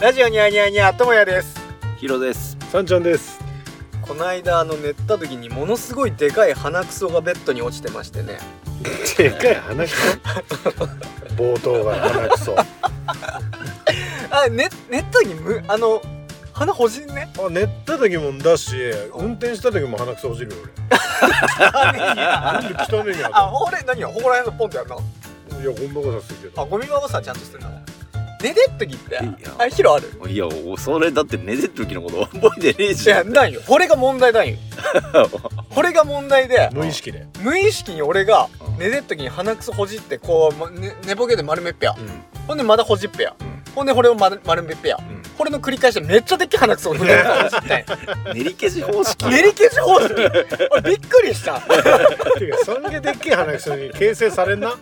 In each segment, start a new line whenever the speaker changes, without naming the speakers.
ラジオニャーニャーニャーともやです
ヒロです
さんちゃんです
この間あの寝た時にものすごいでかい鼻くそがベッドに落ちてましてね
でかい鼻くそ冒頭が鼻くそあ
あ寝寝た時にむあの鼻ほじん ね
寝た時もだし運転した時も鼻くそ落ちるよ俺なんで汚ねえんや
あ俺何よここら辺のポンってやんの
といやこんなことはするけ
あ
ど
ゴミ箱さちゃんとしてるの寝てっ時って
いや
あヒロある
いやおそれだって寝てる時のこと覚えてねえ
い
じゃ
や
ん
ないよこれが問題 ないよこれが問題で
無意識で
無意識に俺が
うん
寝てっ時に鼻くそほじってこう、まね寝ぼけて丸めっぺや
うん
ほんでまたほじっぺやほんでこれを丸丸めっぺや
うん
これの繰り返しでめっちゃでっけえ鼻くそをほじって
練り消し方式
練り消し方式俺びっくりした
ていうかそんだけでっけえ鼻くそに形成されんな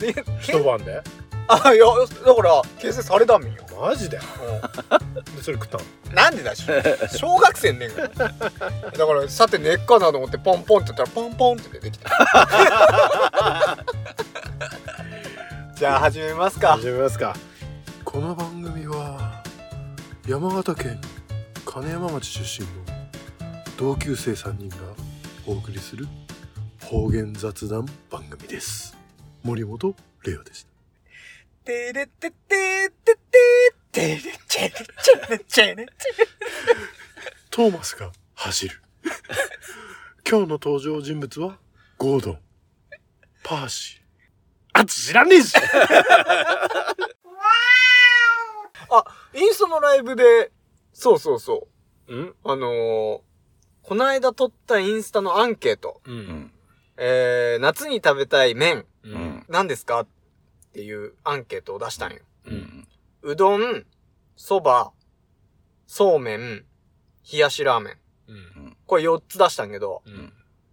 で
一晩で
あいやだから形成されたんよ、
マジででそれ食ったの
なんでだし小学生ねんからだからさて根っかなと思ってポンポンって言ったらポンポンって出てきたじゃあ始めますか
始めますか
この番組は山形県金山町出身の同級生3人がお送りする方言雑談番組です森本レオでした
てれてててててれちゃれちゃれちゃれち
トーマスが走る今日の登場人物はゴードンパーシーあ知らねえし
ゃインスタのライブでそうそうそ
うん
うあのー、こないだ撮ったインスタのアンケート
う
うんん
えー、夏に食べたい麺
う
うんん
何ですかっていうアンケートを出したんよ。
うん
うどん、そば、そうめん、冷やしラーメン。
うん
これ4つ出したんけど、
うん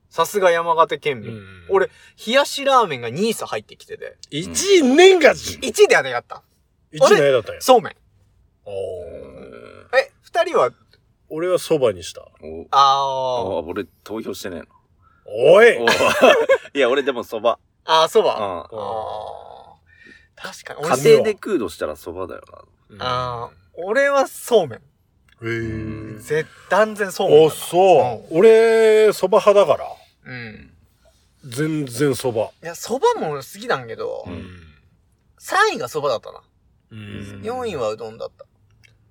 さすが山形県
う
民。
ん
俺、冷やしラーメンが2位差入ってきてて。
一位ねんがし
1位であれやった。
一位ないだったんや
そうめん。
お
う
ー
ん
え、2人は、
俺はそばにした
おあ
あー、
俺投票してね
お
え
い
のいや俺でもそば
あー、そば。
うん
あー。確かに、
家
俺
風
庭で食うとしたらそばだよ
あー、俺はそうめん。
えー
絶断然そうめんだ
お
な。
そう、俺そば派だから
うん。
全然そば
いや、そばも好きなんけど、
うん
3位がそばだったな。
う
う
ん
ん
4位はうどんだった。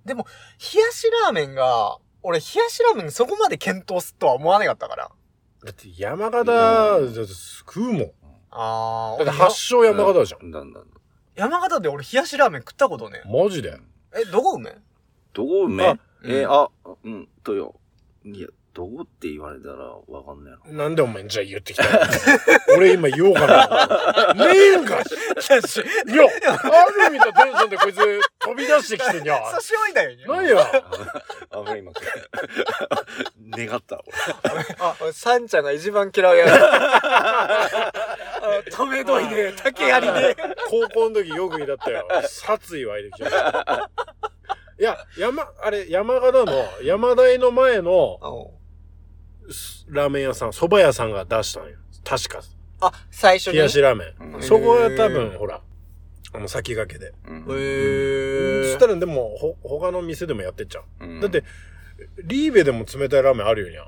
でも、冷やしラーメンが、俺、冷やしラーメンそこまで検討すとは思わなかったから。
だって山形だって食うもん
あ
だって発祥山形じゃん
なだんだん
山形で俺、冷やしラーメン食ったことねえ。
マジで
え、どこ梅
どこめ
あ
えあうんとよいやどこって言われたらわかんない
なんでお前じゃあ言ってきたの 俺今言おうかなねえんかし
差
いやある意味のテンションでこいつ飛び出してき てんじゃん
し置いたよね。
何や
な危ない今願った
あ、俺サンちゃんが一番嫌いやな。 あ止めどいね、竹槍で。
高校の時よくいだったよ殺意湧いてきちゃった いや山あれ山形の山台の前のすラーメン屋さん、蕎麦屋さんが出したんよ。確か。
あ、最初に。
冷やしラーメ
俺
ン。そこは多
へー
分、ほら、あの、先駆けで。
うん
へ
そ
ー
したらでも、ほ、他の店でもやってっちゃう。
うん
だって、リーベでも冷たいラーメンあるよに
あ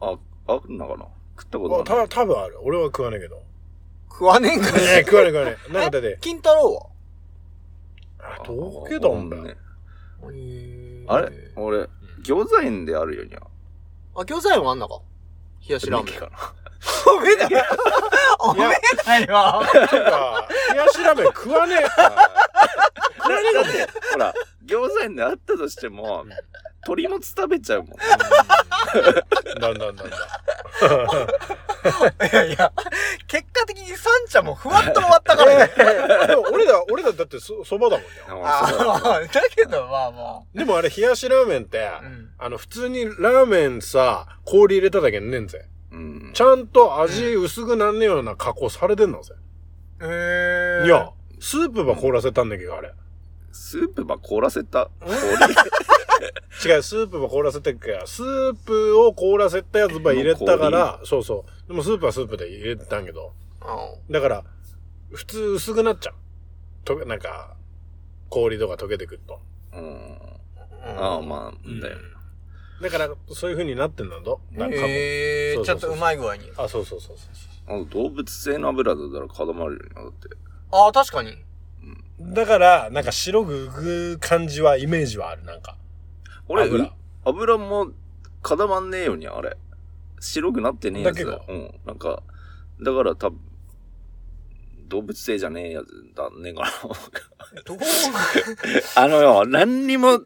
あ、あ、あるのかな食った
ゃ。
こ
あ
とない。
た、多分ある。俺は食わねえけど。
食わねえんか
ねえ、
い。
食わねえ食わねえ。なんかだって、
金太郎
あ、どけだもんだ
あ
よ。
は
あれ俺、餃子園であるよにゃ。
あ、餃子屋もあんなか冷やしラーメン
ミキ。かな。
おめだよおめだよ
なんか、冷やしラーメン食わねえ。
これだって、ほら、餃子園であったとしても、鳥もつ食べちゃう もん。
だんだんだんだん。
いやいや、結果的にサンちゃんもふわっと終わったからね。
でも俺ら、俺らだってそ、蕎麦だもんよ。
あーだけどまあま
でもあれ、冷やしラーメンって、
あ。うん。
あの、普通にラーメンさ、氷入れただけねえんぜ。
うん
ち。ゃんと味薄くなんねえような加工されてんのぜ。
えー。
いや、スープば凍らせたんだけど、あれ。
スープば凍らせた。氷
違う、スープば凍らせてっから、スープを凍らせたやつば入れたから、そうそう。でもスープはスープで入れてたんけど。
う
だから、普通薄くなっちゃう。と、なんか、氷とか溶けてくると。
ん。
うん。
うん
ああ、まあ、だよ。
だから、そういう風になってんだぞ。なんかもう
え
そ
ー、
う
ち
そ
ょ
う
っ
そう
とうまい具合に。
あ、そうそうそうそう。
あの動物性の油だったら固まるよね、だって。
ああ、確かに。
だから、なんか白く浮く感じは、イメージはある、なんか。
俺、
油
油油も固まんねえように、あれ。白くなってねえやつだ
だ
よ。うん。なんか、だから多分、動物性じゃねえやつだねえかな。
どう
あのよ、何にも調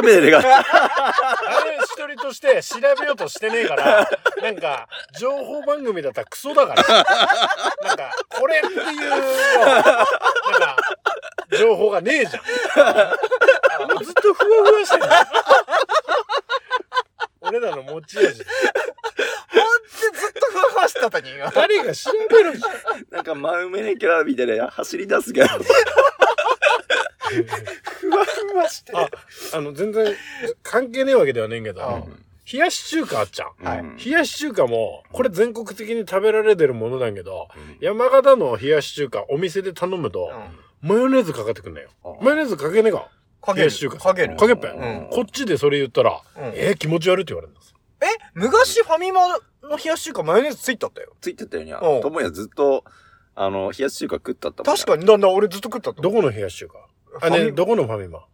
べれが
あれ、一人として調べようとしてねえから、なんか、情報番組だったらクソだから。なんか、これっていう、なんか、情報がねえじゃん。もうずっとふわふわしてる。俺らの持ち
ほ
味。
んとずっとふわふわしてたに今。
誰が調べるんだ
なんか真梅ねキャラみたいな走り出すけど。
ふわふわして
あ、あの、全然、関係ねえわけではねえけど、
うん
冷やし中華あっちゃん。
はい
うん
冷やし中華も、これ全国的に食べられてるものなんけど、山形の冷やし中華、お店で頼むと、マヨネーズかかってくんだよ。マヨネーズかけねえか
か
冷
け
や
る
し中華。
かける。
かけっぺ。
うん
こっちでそれ言ったら、
うんえ、
えー、気持ち悪いって言われるんです。
昔ファミマの冷やし中華マヨネーズついてあったよ。
ついてたよにゃ
うん。
ともやずっと、あの、冷やし中華食ったったもん
確かに、だんだん俺ずっと食ったと
ど
思う。
この冷やし中華あ、
ファミ
ね、どこのファミマこ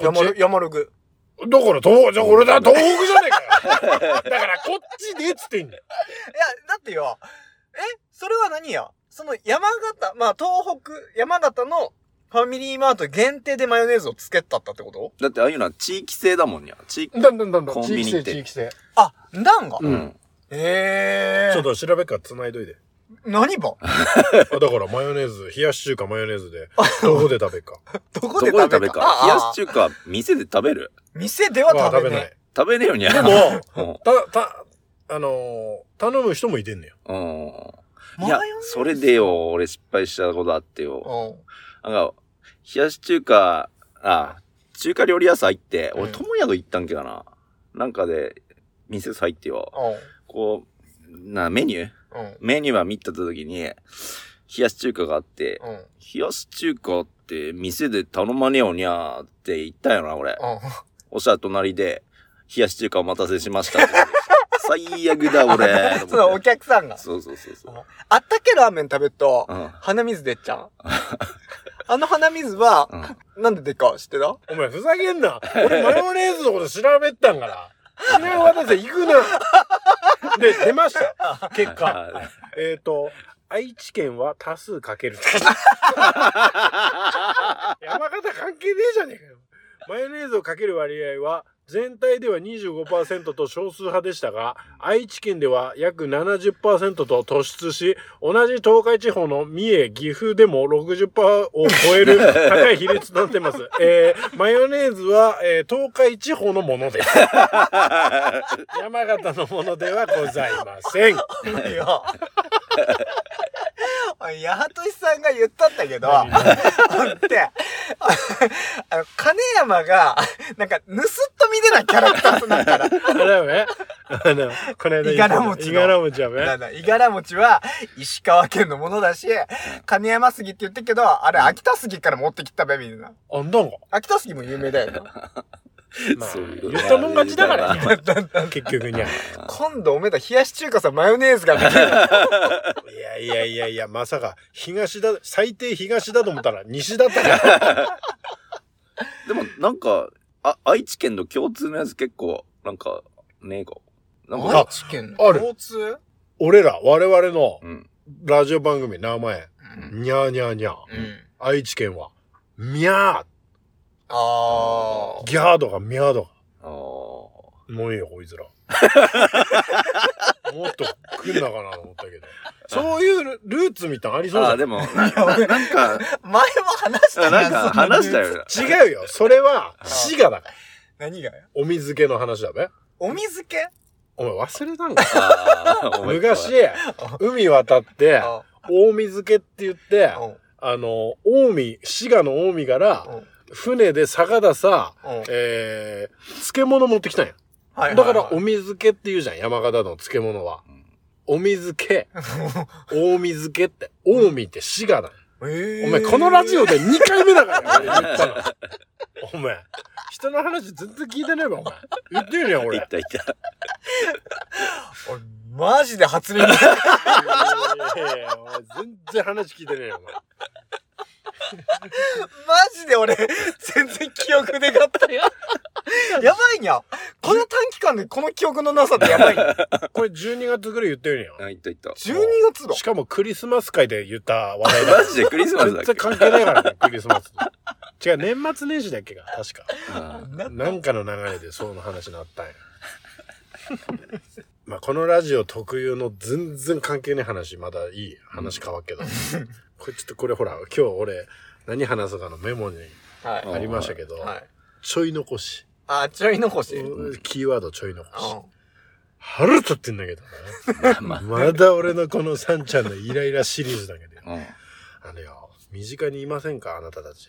山
っ
る山ログ。
ちだから東北、じゃあ俺だ、東北じゃねえかよ。 だからこっちでっつってんだよ。
いや、だってよ、え、それは何やその山形、まあ東北、山形のファミリーマート限定でマヨネーズをつけたったってこと
だってああいうのは地域性だもんにゃ。地域。
だんだんだんだん。
コン
地
ビ
域
ニ
性、
って
地域性。
あ、なんが、
うん
ええー。
ちょっと調べっから繋いどいで。
何ば
あだからマヨネーズ、冷やし中華マヨネーズ で、どこで食べっか。
ど
ど
こ
こ
で食
で
べ
食べ
る
る
か
か。
あ
冷やし中華、店で食べる
店では
まあ
食べ
食べ
な。
ないい。
食べねえよにゃ。
でも、
も、
た、た、あのー頼む人もいてんのよ。
うん。
マ
い
ヨ
や
ネー、ズ
それで。よ、俺失敗したことあってよ。
う
なんか、冷やし中華、あ、中華料理屋さん入って、
う
俺、
ん
ともやと行ったんけかな。なんかで、店入ってよ。
ん。
こう、な、メニュー
うん。うん。
メニューは見た時に、冷やし中華があって、
うん。うん。
冷やし中華って店で頼まねえよにゃーって言ったよな、俺。おっしゃる隣で、冷やし中華お待たせしました って言われて。最悪だ、俺。
そのお客さんが。
そうそうそうそう。
あったけラーメン食べると
う、ん。
鼻水出っちゃう。あの鼻水は、
うん。
なんで出っか知ってた
お前ふざけんな。俺マヨネーズのこと調べったんから。違う私行くな。で、出ました。結果。
はい
えっ、と、愛知県は多数かける。山形関係ねえじゃねえかよ。マヨネーズをかける割合は、全体では25%と少数派でしたが、愛知県では約70%と突出し、同じ東海地方の三重、岐阜でも60%を超える高い比率となってます。えー、マヨネーズは、えー東海地方のものです。山形のものではございません。
いや。八幡さんが言ったんだけど、ほん
何
って、ああの、金山が、なんか、盗っ人見てないキャラクターとなったら、
あれだよね。あの、この間言った
いがら餅の
いがら餅は
な
ね
ん。だいがら餅は石川県のものだし、金山杉って言ってるけど、あれ秋田杉から持ってきたべ、みんな。
あんだんか。
秋田杉も有名だよな。
まあ
そういうこと
言ったもん勝ちだからね。結局にゃ。
今度おめえだ冷やし中華さ、マヨネーズができる。
いやいやいやいや、まさか、東だ、最低東だと思ったら西だった から。
でも、なんか、あ、愛知県の共通のやつ結構、なんか、ねえか。なんか、
愛知県の
ある
交通
俺ら、我々の
うん。
ラジオ番組名前、
うん。
にゃーにゃーにゃー。
うん。
愛知県は、みゃ
あ
ー、ギャードがみゃードが。
あー
もういいよ、こい つら。もっと来んなかなと思ったけど。そういうルーツみたいなのありそう
あー、
だ
でも、なななんか、
あ。前も話した
なんか話した
よ。
よな。
違うよ、それは、
ー
滋賀だから。
何がよ
お水系の話だべ。
お水系
お前忘れたんか
あーお前
昔、海渡って、
あ
大水家って言って、
うん
あの、近江、滋賀の近江から
う、ん
船で坂田さ、
うん
えー、漬物持ってきたんや。
はいはいはい
だから、お水家って言うじゃん、山形の漬物は。お水家、大水家って、近江って滋賀だ。
えー
お前、このラジオで2回目だからね、俺言ったの。お前、
人の話全然聞いてねえわ、お前。言ってるやん、
い
俺。
たいた。
俺、マジで初耳。
いやいやいやお前全然話聞いてねえよ、お前。
マジで俺、全然記憶でかったよ。やばいにゃ。この短期間でこの記憶のなさってやばいにゃ。
これ12月ぐらい言ってるや
あ、いたいた。
12月
ん。
だ
し。かもクリスマス会で言った話題だから
マ。ジでクリスマスだ
全
っけ
然関係ないからね、クリスマス。違う、年末年始だっけか、確か。
うん
なんかの流れでそうの話になったんや。 まあ、このラジオ特有の全然関係ない話、まだいい話変わっけど。これちょっとこれほら、今日俺、何話すかのメモに
はい。
ありましたけど、
はい。
ちょい残し。
あ、ちょい残し。うん。
キーワードちょい残し。腹立ってんだけどね。
まあ
まだ俺のこのサンちゃんのイライラシリーズだけど。
うん
あれよ、身近にいませんかあなたたち。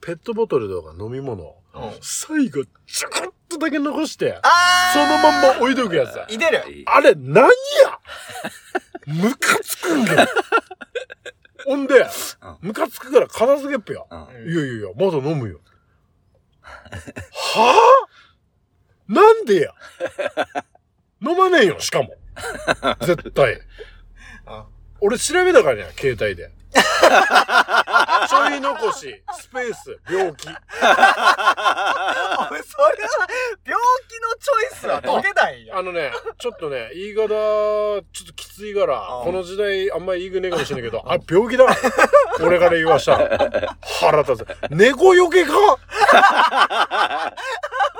ペットボトルとか飲み物を、
うん
最後、ちょこっとだけ残して、
あ
そのまんま置いとくやつだ
い。でる。
あれ、何やムカつくん だよ。ほんで、ムカつくから片付けっぺよ。
うん
いやいやいや、まだ飲むよ。はぁなんでや飲まねえよ、しかも。絶対。
あ
俺調べたからね、携帯で。ちょい残し、スペース、病気。
おいそれは、病気のチョイスは解けないんや。
あのね、ちょっとね、言い方、ちょっときついから
う、ん
この時代あんまり言いくねえかもしれないけど、あ、病気だ。 俺から言わしたら。腹立つ。猫よけか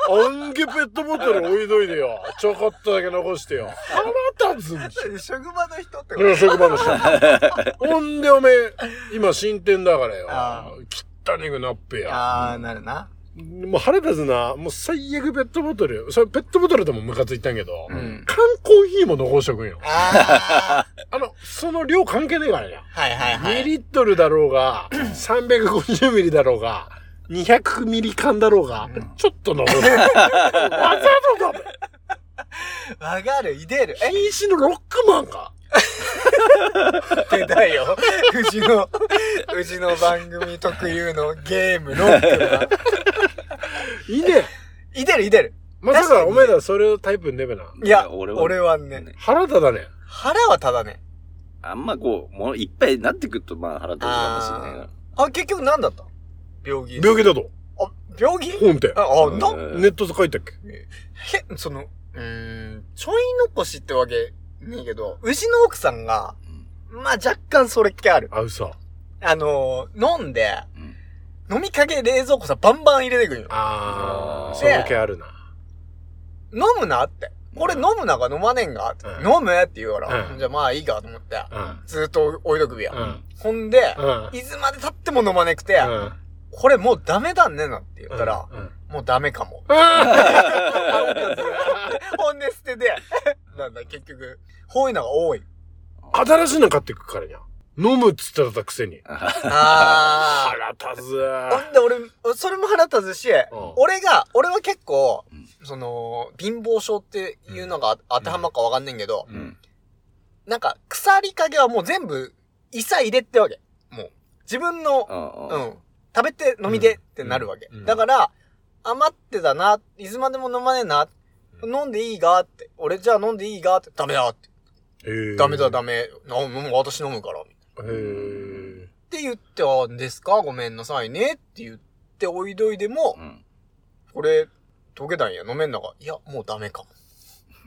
あんげペットボトル置いといてよ。ちょこっとだけ残してよ。腹立つんでしょ。
職場の人ってこと
うん職場の人。ほんでおめえ、今進展だからよ
あ。
汚ねくなっぺや。
あー、なるな。
もう腹立つな。もう最悪ペットボトル。それペットボトルでもムカついたんやけど、
うん
ん。
缶コーヒーも残しとくんよ。
あ
あの、その量関係ねえからね
ー。。 はいはいは
2
い。
リットルだろうが、350ミリだろうが、200ミリ缶だろうが、ちょっと残る。わざとだべ。
わかる、いでる。
禁止のロックマンか。
え、出たいよ。うちの、うちの番組特有のゲームロックが。
いいね。
いでる、いでる。
まさかお前らそれをタイプねべな。
いや、
いや
俺
俺
は
は
ね、
腹立だね。
腹はただね。
あんまこう、もういっぱいになってくると、まあ腹立つかもしれない
あ、結局何だった病気。
病気だと。
あ、病気
本店。
あ、あ、な、
うん
ネットで書いたっけ
へ、その、うーん、ちょい残しってわけ、ねえけど、うちの奥さんが、まあ若干それっ気ある。
あ、嘘。
あのー、飲んで、飲みかけ冷蔵庫さ、バンバン入れてくんよ。
あ
ああ、
ー
その気あるな。
飲むなって。俺飲むなか飲まねえんかって、
うん
飲むって言うから、
うん
じゃあまあいいかと思って、
うん。
ずーっと置いとくびや。
うん。
ほんで、
うん。
いつまで経っても飲まねくて、
うん。
これもうダメだねなって言ったら、
うん、
もうダメかも。ほんで捨てて、 なんだ結局、こういうのが多い。
新しいの買ってくからにゃ。飲むっつってたくせに。
あ
腹立つ。
あ。 ほんで俺、それも腹立つし、俺が、俺は結構
うん、
その、貧乏症っていうのが当てはまるかわかんないけど、
な。うん。
なんか、腐りかけはもう全部、一切入れってわけ。もう、自分の、う
あ
ん、食べて飲みでってなるわけ。
うんうん
だから、余ってたな、いつまでも飲まねえな、
うん
飲んでいいがって、俺じゃあ飲んでいいがって、ダメだって、
えー
ダメだダメ、なもう私飲むから、
えー
って言って、あ、ですかごめんなさいね。って言って、おいどいでも
あ。、うん。
これ、溶けたんや、飲めんのが。いや、もうダメかも。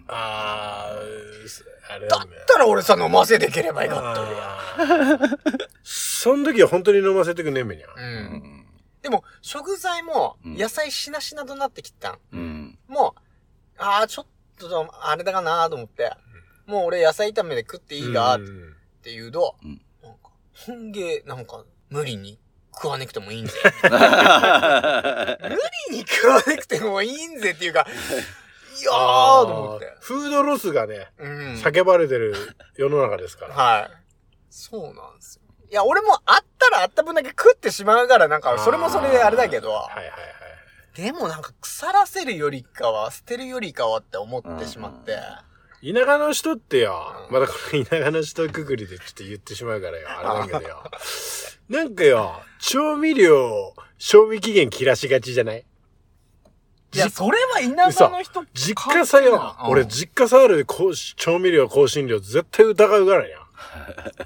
あー、あれ
だ
だね
ったら俺さ、飲ませてければよかったよ。
あーその時は本当に飲ませてくんねえめにゃ。
う
うん。
ん。
でも、食材も、
うん
野菜しなしなとなってきたん。
うん。
もう、ああ、ちょっと、あれだかなと思って、もう俺野菜炒めで食っていいが、っ
うん
て言うと、
うん
なんか、本芸、なんか、無理に食わなくてもいいんぜ。 無理に食わなくてもいいんぜっていう か、いや
あ
ー
ー
と思って。
フードロスがね、
うん。
叫ばれてる世の中ですから。
はい。そうなんですよ。いや、俺もあったらあった分だけ食ってしまうから、なんか、それもそれであれだけど
は、いはいはい。
でもなんか腐らせるよりかは、捨てるよりかはって思ってしまって。
うん
田舎の人ってよ
う、ん
まだこの田舎の人くくりでちょっと言ってしまうからよ、あれ だけどよ。なんかよ、調味料、賞味期限切らしがちじゃない
いや、それは田舎の人、
実家さよ。俺、実家さあるこうし調味料、香辛料、絶対疑うからや。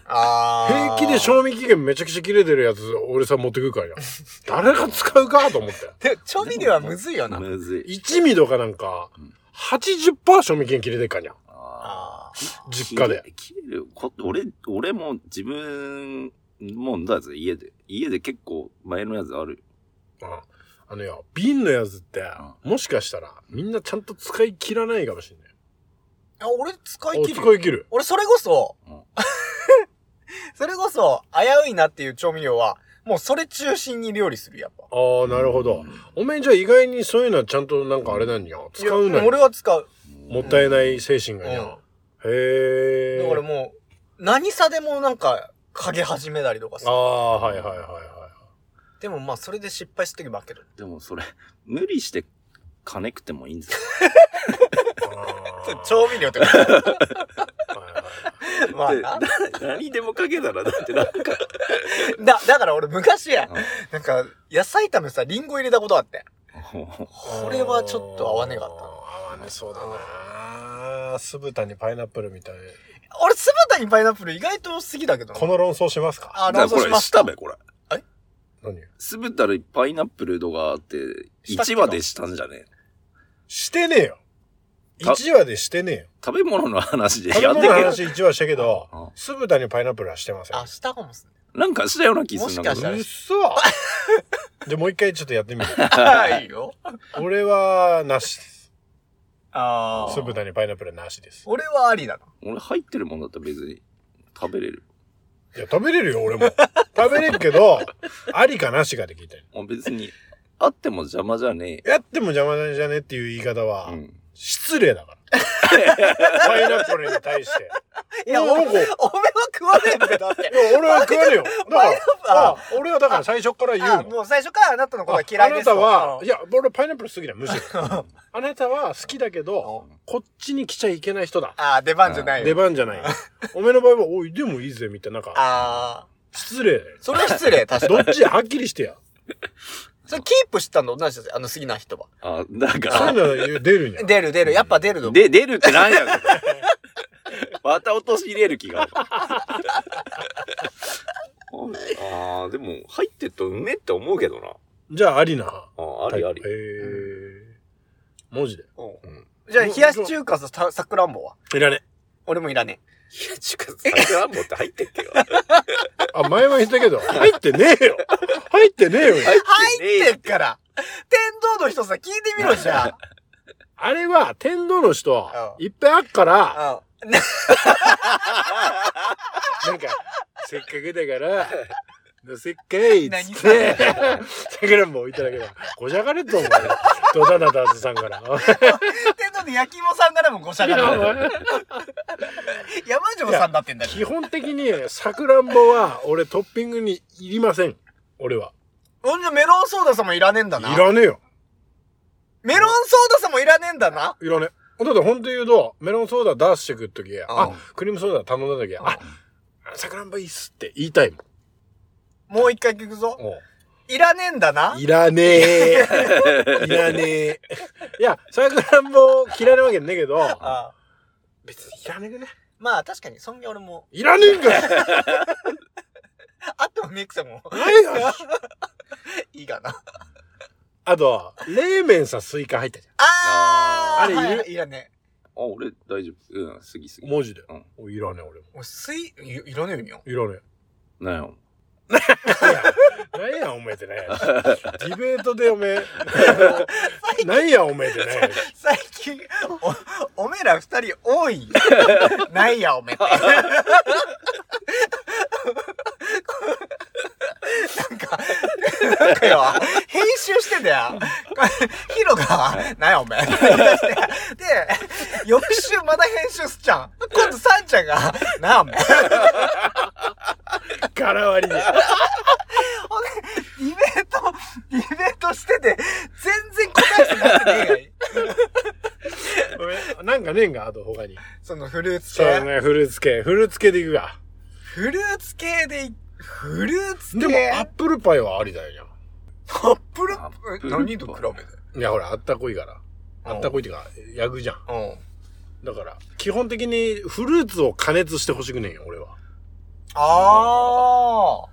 あ
平気で
ょ
賞味期限めちゃくちゃ切れてるやつ、俺さ、持ってくるから や。誰が使うかと思って。
でも調味料はむずいよな。
むずい。
1ミリとかなんか
ん、
80%賞味期限切れてるからや。
あ
あー
実家で。。
切れ切れるこ俺、俺も自分、もうだぜ、家で。家で結構前のやつある
う
よ。
んあのよ、瓶のやつって、もしかしたら、みんなちゃんと使い切らないかもしれない。
ーあ俺使い
お
切る
使
よ。
い切る。
俺、それこそ
うん、
それこそ、危ういなっていう調味料は、もうそれ中心に料理する、やっぱ。
ああ、なるほど。おめえじゃあ意外にそういうのはちゃんとなんかあれなんや。使う
いや
な
俺
よ。
は使う。
もったいない精神が
う
や
ん。
へ
だ
え。
からもう、何さでもなんか、かけ始めたりとか
あ
さ。
あ、はいはいはいは
でもまあ、それで失敗して負ける。
でもそれ、無理して金食ってもいいんですよ。
い。あー
調味料ってことか。
はいはい
まあ
で
な、
何でもかけたらだってなんか。
だ、だから俺昔や
うん、
なんか、野菜炒めさ、リンゴ入れたことあって。これはちょっと合わねえかっ
あ
た。
ー合わねそうだな酢豚にパイナップルみたい
俺、酢豚にパイナップル意外と好きだけどな。
この論争しますか
あ、
だから
論
こ
争し
れ、
まし
下
た。
べ、これ。
何
酢豚でパイナップルとかって、
したっけ
1
な
話でしたんじゃねえ
してねえよ
た
1話でしてねえよ
食べ物の話で
食べ
やっ
物
てけ
の
よ。
話1話したけど
うん
酢豚にパイナップルはしてません
あ、したかもっすね。
なんかしたような気するんだ
も
け
し
ど
か。
うっ そじゃあもう一回ちょっとやってみる
はいよ。
俺はなしです
あ
酢豚にパイナップルはなしです
俺はありだな。
俺入ってるもんだったら別に食べれる。
いや食べれるよ俺も食べれるけどありかなしかで聞いたよ
もう別に、あっても邪魔じゃね
やっても邪魔じゃねっていう言い方
え。
は
うん。
失礼だからパイナップルに対して
いや、
うん
俺、おめ
なん
は
か
食わねえんだよ、だって。
いや、俺は食わねえよ。だか
パイナ
ら
ッ、プル
あ
あ
俺はだから最初から言
あ
うの。
もう最初からあなたのことは嫌いです
あ
と
あなたは、
う
い
ん
や、俺パイナップル好きだよ、むし ろ。あなたは好きだけど、こっちに来ちゃいけない人だ。
あ、出番じゃない
出
よ。
番じゃ ない。おめえの場合は、おい、でもいいぜ、みたいな、なんか、
あ
失礼だよ
ー。それは失礼、確かに。
どっちはっきりしてや。
それキープしたの同じですあの、好きな人は。
あ、だ
そ
か
う
ら、
いうの出るんや。
出る出る、やっぱ出るの。
で、出るってなんやねんまた落とし入れる気がある。ああ、でも入ってっとうめえって思うけどな。
じゃあ、ありな。
あありあり
へ。え。文字で。
じゃあ、冷やし中華さ、ささくらんぼはい
らね。
俺もいらね
いや、ちゅうか、桜あんぼって入ってっけよ。
あ、前は言ったけど、入ってねえよ。入ってねえよ。
え。
入
入
っ
って
ねえ
てっから天童の人さ、聞いてみろじゃあ。
あれは、天童の人
う、
いっぱいあっから、
うんね
なんか、せっかくだから、乗せっかいっつ
何
っ
そ
て
れ、
桜も置いただけだ。ごじゃがれっと思うよ。ドタナタズさん から。
天童の焼き芋さんからもごしゃがら。山城さんだってんだよ。
基本的に、さくらんぼは、俺トッピングにいりません。俺は。
ほんじゃ、メロンソーダさんもいらねえんだ
い
な。
らねえよ。
メロンソーダさんもいらねえんだな。
いらねえ。だって本当言うと、メロンソーダ出してくっとき、
う
あ
ん、
クリームソーダ頼んだとき、あ、さくらんぼいいっすって言いたいもん。
もう一回聞くぞ。
おう
いらねえんだな。
いらねえ。 いらねえ。いや、さくらんぼ嫌いなわけねえけど、
あ
別にいらねえくね。
まあ確かに、そんに俺も、
いらねえ んかい
あってもねえくせも、 いいかな。
あと、冷麺さ、スイカ入ったじ
あー
あれいる
はいらね
あ、俺大丈夫。うん、すぎす
ゃ
ぎ。
ん。文字で。
うん
おいらねえ、俺も。
え。俺、すい、いいらねえんよ。
いらね
なんや。
え。なんや、おめえってね。 ディベートでおめえ。なんや、お めえってね。
最近、お、おめえら二人多 い。ないや、おめえって。なんか、なんかよ、編集してんだよ。ヒロが、なんや、おめえって言い出して。で、翌週まだ編集すっちゃん。今度、サンちゃんが、なんや、おめえ。
柄割りで。
ほんで、イベント、イベントしてて、全然答えてなくていいや
ごめんなんかねえんか、あと他に。
そのフルーツ
そうだ
系。
ね、フルーツ系。フルーツ系でいくか。
フルーツ系でい、フルーツ系
でも、アップルパイはありだよ。
アップル
アップルパイ
何と比べて
いや、ほら、あったこいから。あったこいっていうか、焼くじゃん。
うん。
だから、基本的にフルーツを加熱してほしくねえよ、俺は。
あ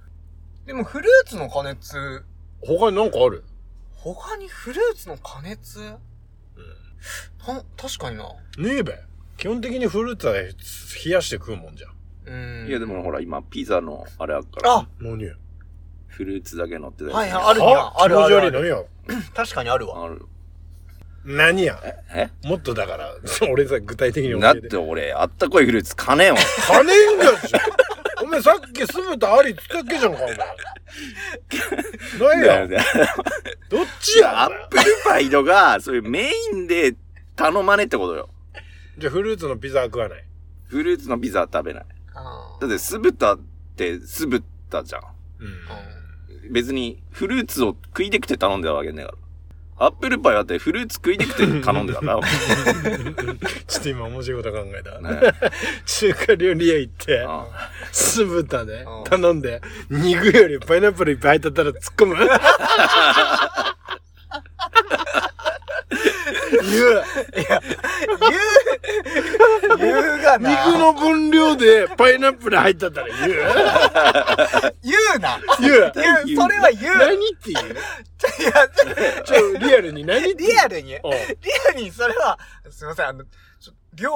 ー。でもフルーツの加熱、
他になんかある
他にフルーツの加熱うん。な、確かにな。
ねえべ。基本的にフルーツは冷やして食うもんじゃん。
うん。
いやでもほら今ピザのあれあるから
あ、
何よ。
フルーツだけ乗ってたやつ
はいはい、あるに
あ
は、あるあ
気持ち
る
悪
あ
いの
る。
よ。
確かにあるわ。
ある
何や。
え
もっとだから、 俺さ、具体的に教
だっ
えて。
て俺あったこいフルーツかねえもん
金んがじゃん。お前さっきすべてありつかっけじゃんか、 お前。ないや。どっちや
アップルパイとかそういうメインで頼まねってことよ
じゃあフルーツのピザは食わない。
フルーツのピザは食べない
あ
だって酢豚って酢豚じゃん
うん。
別にフルーツを食いでくて頼んでたわけねえからアップルパイだってフルーツ食いでくて頼んで たんだね
ちょっと今面白いこと考えた。
え
中華料理屋行って、
うん
酢豚で
うん
頼んで、肉よりパイナップルいっぱい入ってたら突っ込む 言う。
言う、 言うがな。
肉の分量でパイナップル入ったったら言う
言うな。
言う
言う、それは言う。
何って言う
いや、
ちょ、リアルに何って言う
リアルに、リ
おう
アルにそれは、すいません、あの、ちょ量、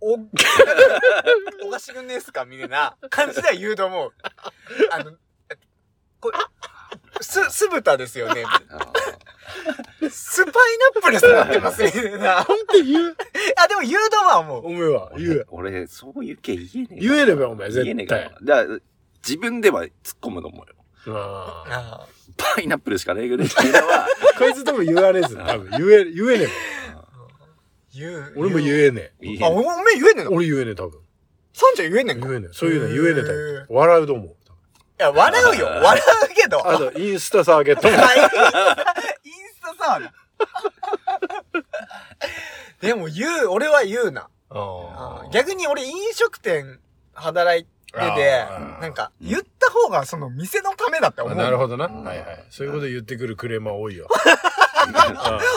お、 おかしくねえっすかみたいな感じでは言うと思う。あの、えこれ、す、酢豚ですよね。スパイナップル使ってますみたいな。あ、
なんて言う
でも言うとは思う。
お前は言う。
俺そういう系言えねえ
言えればお前
言えねえ
絶
から
対。
だから自分では突っ込むと思うよ
ああ
あ
パイナップルしかねえぐらいっていうの は
こいつ多分言われず、多分言え、言えね
言う
え。。俺も言えねえ。
言え
あ、お
ね
おめえ言えねえの
俺言えねえ、多分。
サンちゃん言えねえんかい
言えねえ。そういうの言えねえタイ
へ
プ。笑うと思う。
や、笑うよ。笑うけど。
あと、インスタサーゲットも。
あインスタ、インスタさ。でも言う、俺は言うな。
あー
逆に俺飲食店働いてて
あ、ー
なんか言った方がその店のためだって思
あ
う。
なるほどな。
ん
はいはい。そういうこと言ってくるクレーマー多 いよ。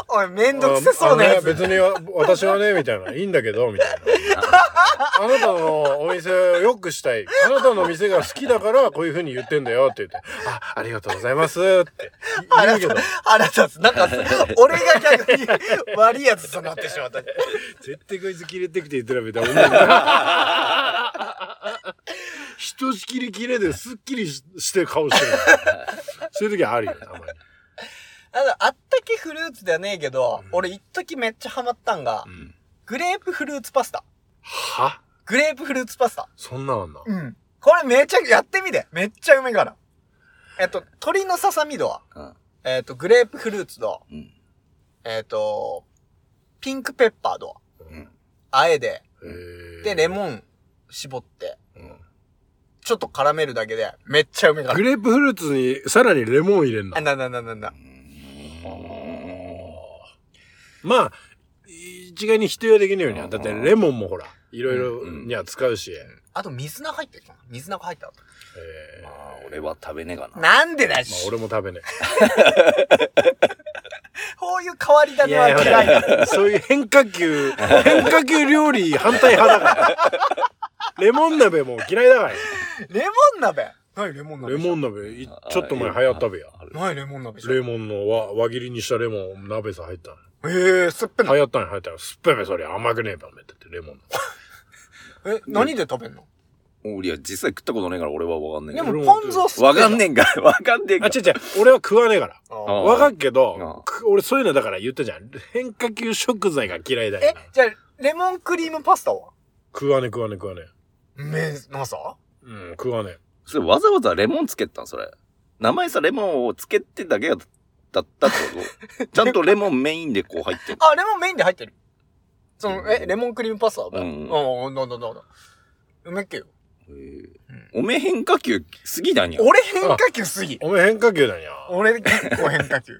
おい、め
め
んどくせそうなやつ。
別に私はね、みたいな。いいんだけど、みたいな。 あなたのお店を良くしたい。あなたの店が好きだから、こういう風に言ってんだよって言って。あ、ありがとうございますって言うけど、
腹立つ。なんか、俺が逆に悪いやつとなってしまった。
絶対こいつ切れてきて言ってるみたいな。 ひとしきり切れですっきりしして顔してる。そういう時あるよ、たまに。
あのあったけフルーツではねえけど、俺一時めっちゃハマったんが、
ん
グレープフルーツパスタ。
は
グレープフルーツパスタ。
そんなんあんな。
うん。これめちゃ、やってみて。めっちゃうめえから。えっと、鶏のささみ度は、
うん
えっと、グレープフルーツ度、
うん
えっと、ピンクペッパー度、
ん
あえで、で、
で
レモン絞って、
ん
ちょっと絡めるだけで、めっちゃうめえから
グ。レープフルーツにさらにレモン入れん
あ、
な。
な、な、な、な、な。
まあ、一概に否定はできないようには。だってレモンもほら、いろいろには使うし。
あと、水菜入ってるかな水菜が入った。
えー
まあ俺は食べねえかな
なんでだ
ま
し
あ、俺も食べね
こういう変わり
え。
種は嫌いだ。
や、そういう変化 球、変化球料理反対派だから。レモン鍋も嫌いだから。
レモン鍋ないレモン鍋
レモン鍋、いちょっと前流行ったべや。
ある
ないレモン鍋じゃん
レモンの輪輪切りにしたレモン鍋さ入ったの。
ええ、すっぺな。
流行ったんや流行ったんや。すっぺめそれ甘くねえべおめえだってレモン。
え、何で食べんの
俺は実際食ったことねえから俺はわかんねえ
で
けど
も、ポン酢をす
わかんねえんかいわかんねえん
あ、
か
違う違う。俺は食わねえから。
あ
あ
ー
ー
わかるけ
うん
ど、く俺そういうのだから言ったじゃん。変化球食材が嫌いだ
え
よな。、
じゃあ、レモンクリームパスタは
食わねえ食わねえ食わねえ。
め、なさ
うん、食わねえ。
それわざわざレモンつけたんそれ名前さレモンをつけてだけだったってことちゃんとレモンメインでこう入ってる
あ、レモンメインで入ってる。その、え、レモンクリームパスタだ。
う
うんん、うん、なんだなんだ。うめっけよ。
おめえ変化球すぎだにゃ
俺変化球すぎ。
おめえ変化球だよ。
俺結構変化球。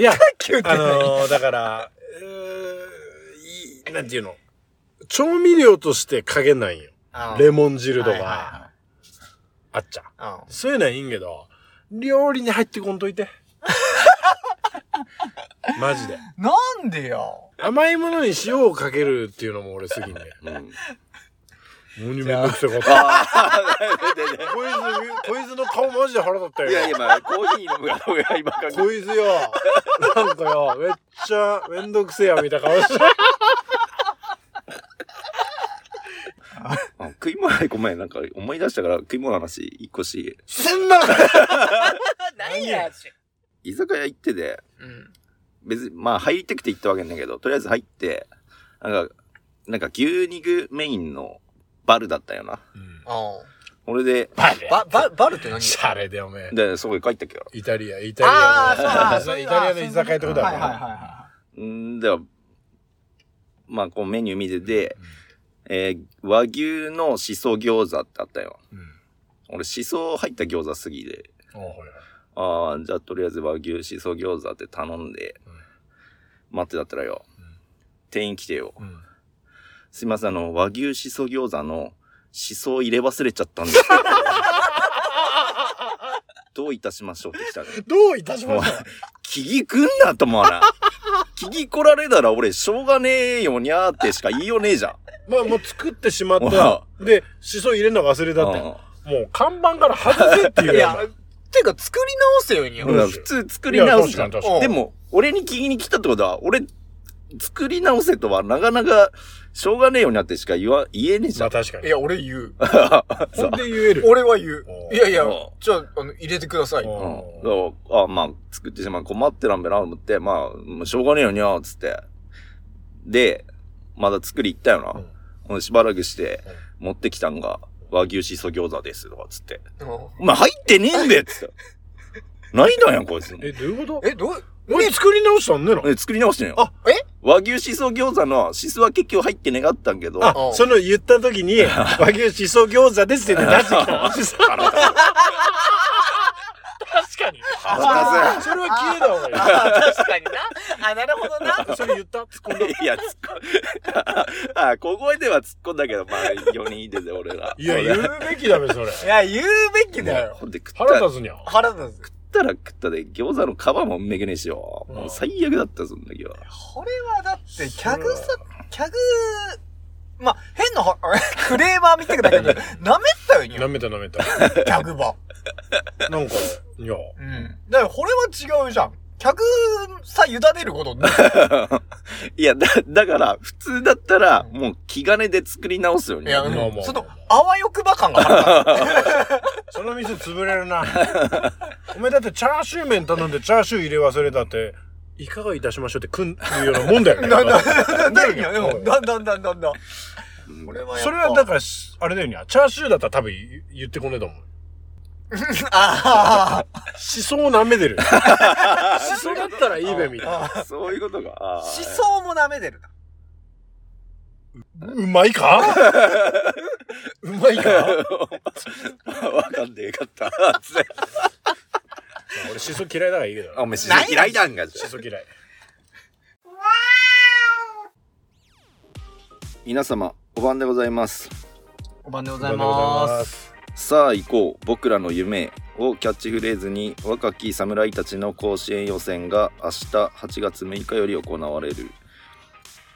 いや、
変化球って
あ
何
のー、だから、うーいいなんていうの。調味料として加減ないんよ。
あー
レモン汁と
はいはい
か、
は
あっちゃ。
い
そういうのはいいんけど、料理に入ってこんといて。 マジで。
なんでよ。
甘いものに塩をかけるっていうのも俺好きね。
うん。
もうにめんどくさかった。
ああ、でで
こいつ、こいつの顔マジで腹立ったよ。
でいやいや、まあ、コーヒー飲むから、俺は今考えて
こいつよ、なんかよ、めっちゃめんどくせえやみたいな顔して。
あ食い物、ごめん、なんか思い出したから、食い物の話、一個し、
すんな
何やし。
居酒屋行ってで、
うん。
別に、まあ、入りたくて行ったわけなんだけど、とりあえず入って、なんか、なんか牛肉メインのバルだったよな。
あ
俺で、
バレ
バ、バ、バルって何
シャレだよ、おめえ。
で、そこへ帰ったっけよ。
イタリア、イタリ
あ
ア
あ、そう
の。
だ。
イタリアの居酒屋ってことだ
はい
もん
はいはい
な。
は
んーでは、まあ、こうメニュー見てて、えー和牛のしそ餃子ってあったよ。
うん
俺、しそ入った餃子好きで、
おうほいほい
ああ、じゃあとりあえず和牛しそ餃子って頼んで、待ってたったらよ、
うん
店員来てよ、
うん
すいません、あの、和牛しそ餃子のしそを入れ忘れちゃったんで すけど。どういたしましょうって来たね。
どういたし
もう
ましょう、
聞きくんなと思わな。聞き来られたら俺、しょうがねえよにゃーってしか言いようねえじゃん。
まあもう作ってしまっ
わ
た。で、しそ入れるの忘れたって。もう看板から外せってい
いは
う
い。い
や
や、
つ。
ていうか作り直せよ、
う
に
ん。だから普通作り直すじゃん
いや確かに確
かに
でも、俺に聞きに来たってことは、俺、作り直せとはなかなか、しょうがねえよにゃってしか言わ、言えねえじ
ま
ゃ
あ。
ん
確か
い
に。
や、俺言う。
ほんで言える。
俺は言う
お。う
いやいや
おう、
じゃあ、あの、入れてください。
おう
うん。だからあ、まあ、作ってしまう。困ってらんべな、思って、まあ、もうしょうがねえよにゃ、つって。で、まだ作り行ったよな。ほんでしばらくして、持ってきたんが、和牛しそ餃子です、とか、つって。
うん
お前入ってねえんべっつって。何なんや、こいつ。
え、
え、
どういうこと
え、どう、
俺作り直したんねの
作り直してんよ。
あ
え
和牛しそ餃子の、しそは結局入ってねがったんけど、
あ
う、ん
その言った時に、和牛しそ餃子ですって言って出してきたの。しそ確かに。
腹立
それは消えた方がい
あ確かにな。あ、なるほどな。
い。それ言った突っ込んだ。
いや、突っ込ん あ、小声では突っ込んだけど、まあ、4人いてて、俺ら。
いや、言うべきだべ、それ。
いや、言うべきだよ。
ほんで食った
腹立つにゃ。
腹立つ。
食ったら食ったで餃子の皮もめくねえしよ。もう最悪だったよ、その時は。
これはだって、客さ、客、まあ、変なは、 クレーマー見てくだけ ど、舐めったよに
舐めた舐めた。
客ば。
なんか、いや。
うん。だから、これは違うじゃん。客さ、委ねることない。
いや、だ、だから、普通だったら、もう気兼ねで作り直すよ
い
ね。
や、
ま
う
あまあま
ん。
あ
その、あわよくば感が腹立
その店潰れるな。お前だってチャーシュー麺頼んでチャーシュー入れ忘れたって、いかがいたしましょうってくん、いうよ うなもんだよね。
つ。だんだん、だんだんよ、うんだんだんだんだんだん。
うん
これはやっぱ
それはだから、しあれだよにゃ。チャーシューだったら多分言ってこねえと思う。
あ
思想を舐め てる。思想だったらいいべ、みたいな。
あ、
そういうことが。あ
思
ー
想も舐めてるな。
うまいかうまいか
わかんねえかった。
俺思想嫌いだからいいけどな。
お前、しそ嫌いだんが。
思想嫌い。
皆様、お晩でございます。
お晩でご
あ
ざいます。
す。
さあ行こう僕らの夢へをキャッチフレーズに若き侍たちの甲子園予選が明日8月6日より行われる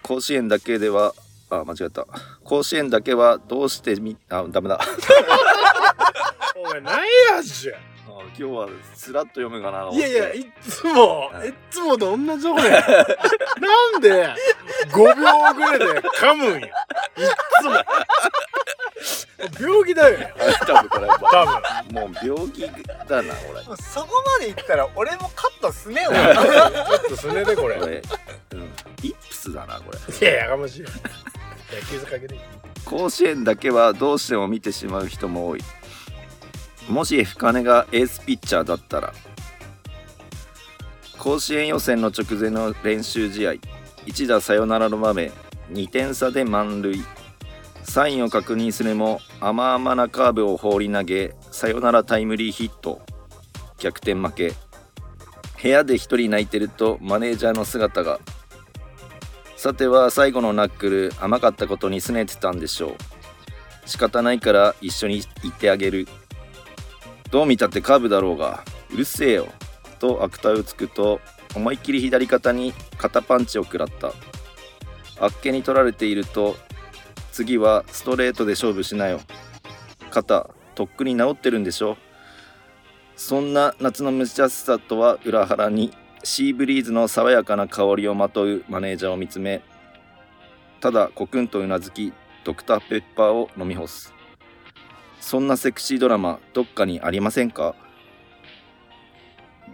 甲子園だけではあ間違った甲子園だけはどうしてみあダ メだあ
お前、何やじゃ。
今日はスラッと読むかないい
やいや、いっつも、いっつもと同じとこや。なんで、5秒遅れで噛むんや。いっつも。病気だよ。
多分これも
多分。
うもう病気だな
そこまでいったら、俺もカットすねえ わ。
ちょっとすねで、これ。
俺これ、うん、イップスだなこれ
いや、やかましいよ。野球かけていい。
甲子園だけはどうしても見てしまう人も多いもし深根がエースピッチャーだったら甲子園予選の直前の練習試合一打サヨナラの場面2点差で満塁サインを確認するも甘々なカーブを放り投げサヨナラタイムリーヒット逆転負け部屋で一人泣いてるとマネージャーの姿がさては最後のナックル甘かったことに拗ねてたんでしょう仕方ないから一緒に行ってあげるどう見たってカーブだろうがうるせえよと悪態をつくと思いっきり左肩に肩パンチを食らったあっけに取られていると次はストレートで勝負しなよ肩とっくに治ってるんでしょそんな夏の蒸し暑さとは裏腹にシーブリーズの爽やかな香りをまとうマネージャーを見つめただコクンとうなずきドクターペッパーを飲み干すそんなセクシードラマどっかにありませんか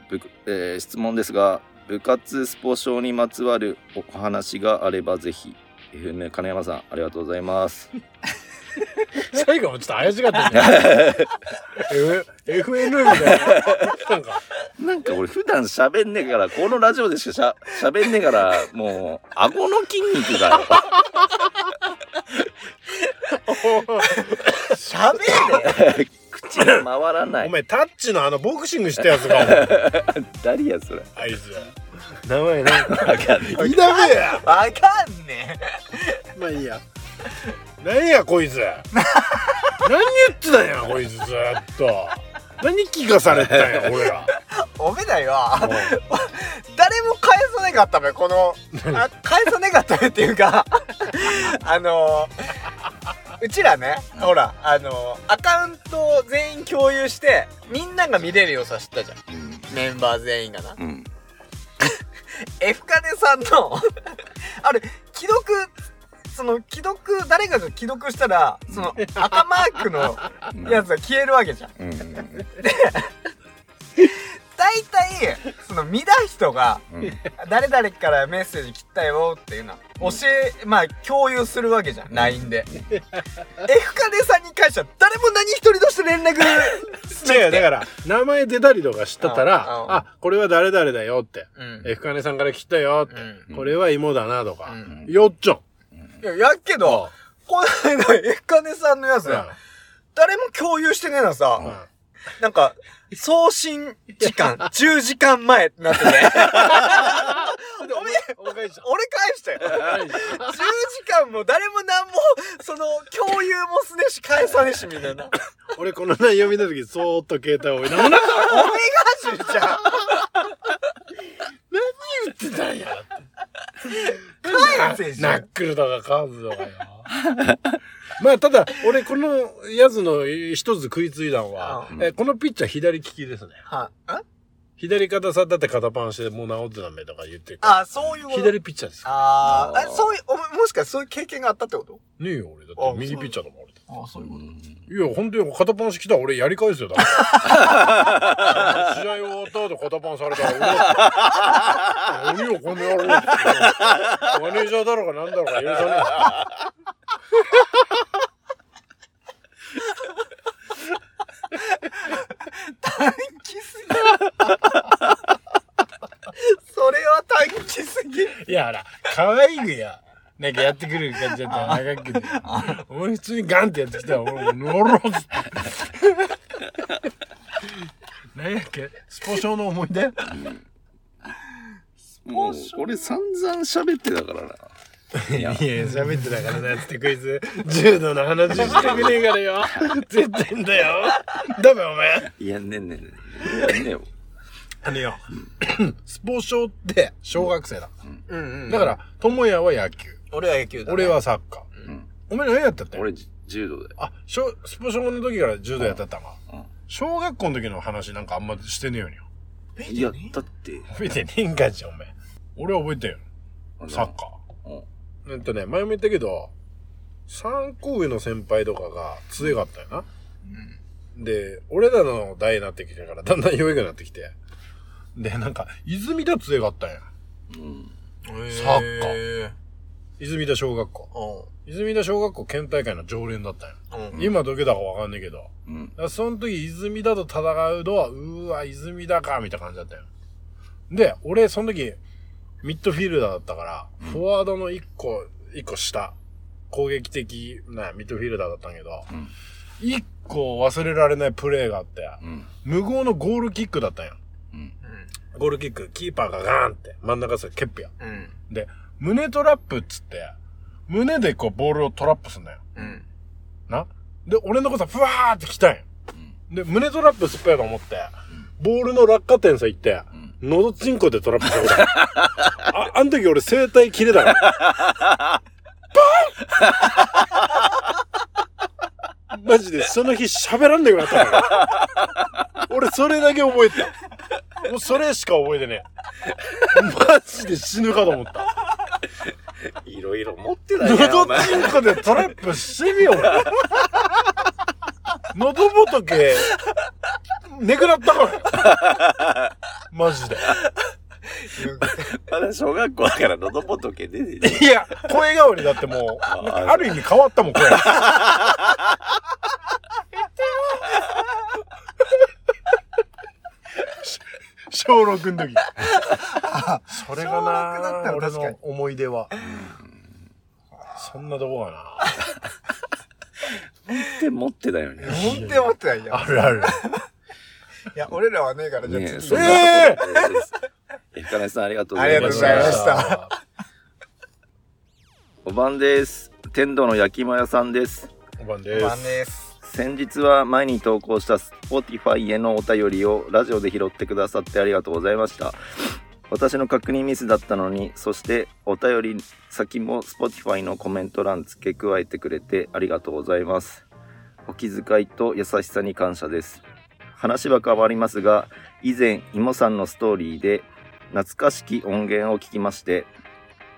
ぶえー質問ですが部活スポ少にまつわるお話があればぜひ FM 金山さんありがとうございます
最後もちょっと怪しかった ね。F- FNU みたいな。なんか、
なんか俺普段喋んねえからこのラジオでしかしゃ喋んねえからもう顎の筋肉がよ
喋れ
口が回らな
お
い
前タッチのあのボクシングしたやつが、
誰やそれ
あいつ。名前なんか、
わかんない
いいだめや。
わかんね
まあいいや
なんやこいつ。何言ってたんやこいつずーっと。何聞かされてたんや俺 ら。
えおめだよ 誰も返さなかったべこのあ返さなかったべっていうか あのうちらねほらあのアカウントを全員共有してみんなが見れるようさしてたじゃんメンバー全員がな
うん、うん、
F カネさんの あれ既読その既読誰かが既読したらその赤マークのやつが消えるわけじゃん
うんうん
大体その見た人が
うん
誰々からメッセージ切ったよっていうのは教えまあ共有するわけじゃん LINE で F カネさんに関しては誰も何一人として連絡しな
違
く
うだ
て
から名前出たりとかしてたら
うんう
「
ん
あこれは誰々だよ」って
うん
「F カネさんから来たよ」って
う
「これは芋だな」と
う
か
ん
「よっちょん
いややっけ」どこの間 F カネさんのやつ
うんうん
誰も共有してねえのさ、なんか、送信時間、10時 間前ってな ってて。おめえ
お返しだ
俺返したよ。10時間も誰も何も、その、共有もすねし、返さねえし、みたいな。
俺この内容見た時そーっと携帯を置いて何言
おめがじじゃん。
ってたんや
返せじ
ナ
ゃ
ッ
ん。
クルとかカーブとかよまあただ俺このやつの一つ食いついだんは
うん
えこのピッチャー左利きですね
はん
左肩さだって肩パンしてもう治ってためとか言ってるから
あ、そういうこと。
左ピッチャーですよ
あー
あ
あ、
ー
そういう、おももしかしてそういう経験があったってこと
ねえよ俺だって右ピッチャーだもん俺
ああ、そういうこ
いや、本当に肩パンしてきたら俺やり返すよ、だって。試合終わった後肩パンされたら俺、何よ、この野郎ってマネージャーだろうが何だろうが許さね
短期すぎる。それは短期すぎる。
え。いや、あら、可愛いぐや。なんかやってくる感じだったら長くて。お前普通にガンってやってきたら俺、野郎っつって。何やっけスポ少の思い出
もう俺散々喋ってたからない
や、喋ってたからなってクイズ、柔道の話してくねえからよ。絶対んだよ。ダメ、お前。
いやねえねえねえねえねえよ
あのよ、スポ少って小学生だ。
うんうん
だから、智也は野球、
俺は野球だ、
俺。はサッカー。
ん
お前何やったって
俺じ柔道だよ
あ、小スポ少の時から柔道やってたのか。
うん
小学校の時の話なんかあんましてねえよに。
いやだって
見てねえんかじゃ、お前。俺は覚えてんよ。サッカ
うん
ー。うんとね、前も言ったけど、三個上の先輩とかが強かったよな。で、俺らの代になってきてから、だんだん弱くなってきて。で、なんか、泉田強かったんや。
うん
サ
サッカー。泉田小学校。泉田小学校県大会の常連だったんや。
うん。
今どけだかわかんねえけど。だか
うん
らその時、泉田と戦うのは、うーわ、泉田か、みたいな感じだったよ。で、俺、その時、ミッドフィールダーだったから、フォワードの一個、一個下、攻撃的なミッドフィールダーだったんやけど
うん、
一、個忘れられないプレーがあって、
うん
無謀のゴールキックだったんや。
うん
ゴールキック、キーパーがガーンって、真ん中さ、ケップや。
うん。
で、胸トラップっつって、胸でこう、ボールをトラップすんだよ。
うん。
な。で、俺のことさ、ふわーって来たんよ。で、胸トラップすっぱやと思って、ボールの落下点さ行って、
ん
喉チンコでトラップしたこと あるあ、あの時俺声帯切れたよ。バン マジでその日喋らんでよくなったのよ俺それだけ覚えてた。もうそれしか覚えてねえ。マジで死ぬかと思った。
いろいろ持ってないねお
喉
前
チンコでトラップしてみよ、俺。 喉仏、ねくなったから。 マジで。
まだ小学校だから喉仏出てる
いや、声変わりだってもう、なんかある意味変わったもん、声。 小6の時。それが
小六だった
な、
ら
俺
確かに
の思い出は。そんなとこか
って持ってたよね
本当に思ってない
な。あ
よ。
るある。
いや、俺らはねえから、じゃあ
ねえ
次
そんな
え
ことですえ深根さんありがとうご
あ
ざい
りが
ま
とう
し
ござい
た
ました。
お晩です天童の焼き芋屋さんです
おばん
お
で
ばん
す。
です。
先日は前に投稿した Spotify へのお便りをラジオで拾ってくださってありがとうございました私の確認ミスだったのにそしてお便り先も Spotify のコメント欄付け加えてくれてありがとうございますお気遣いと優しさに感謝です話は変わりますが以前イモさんのストーリーで懐かしき音源を聞きまして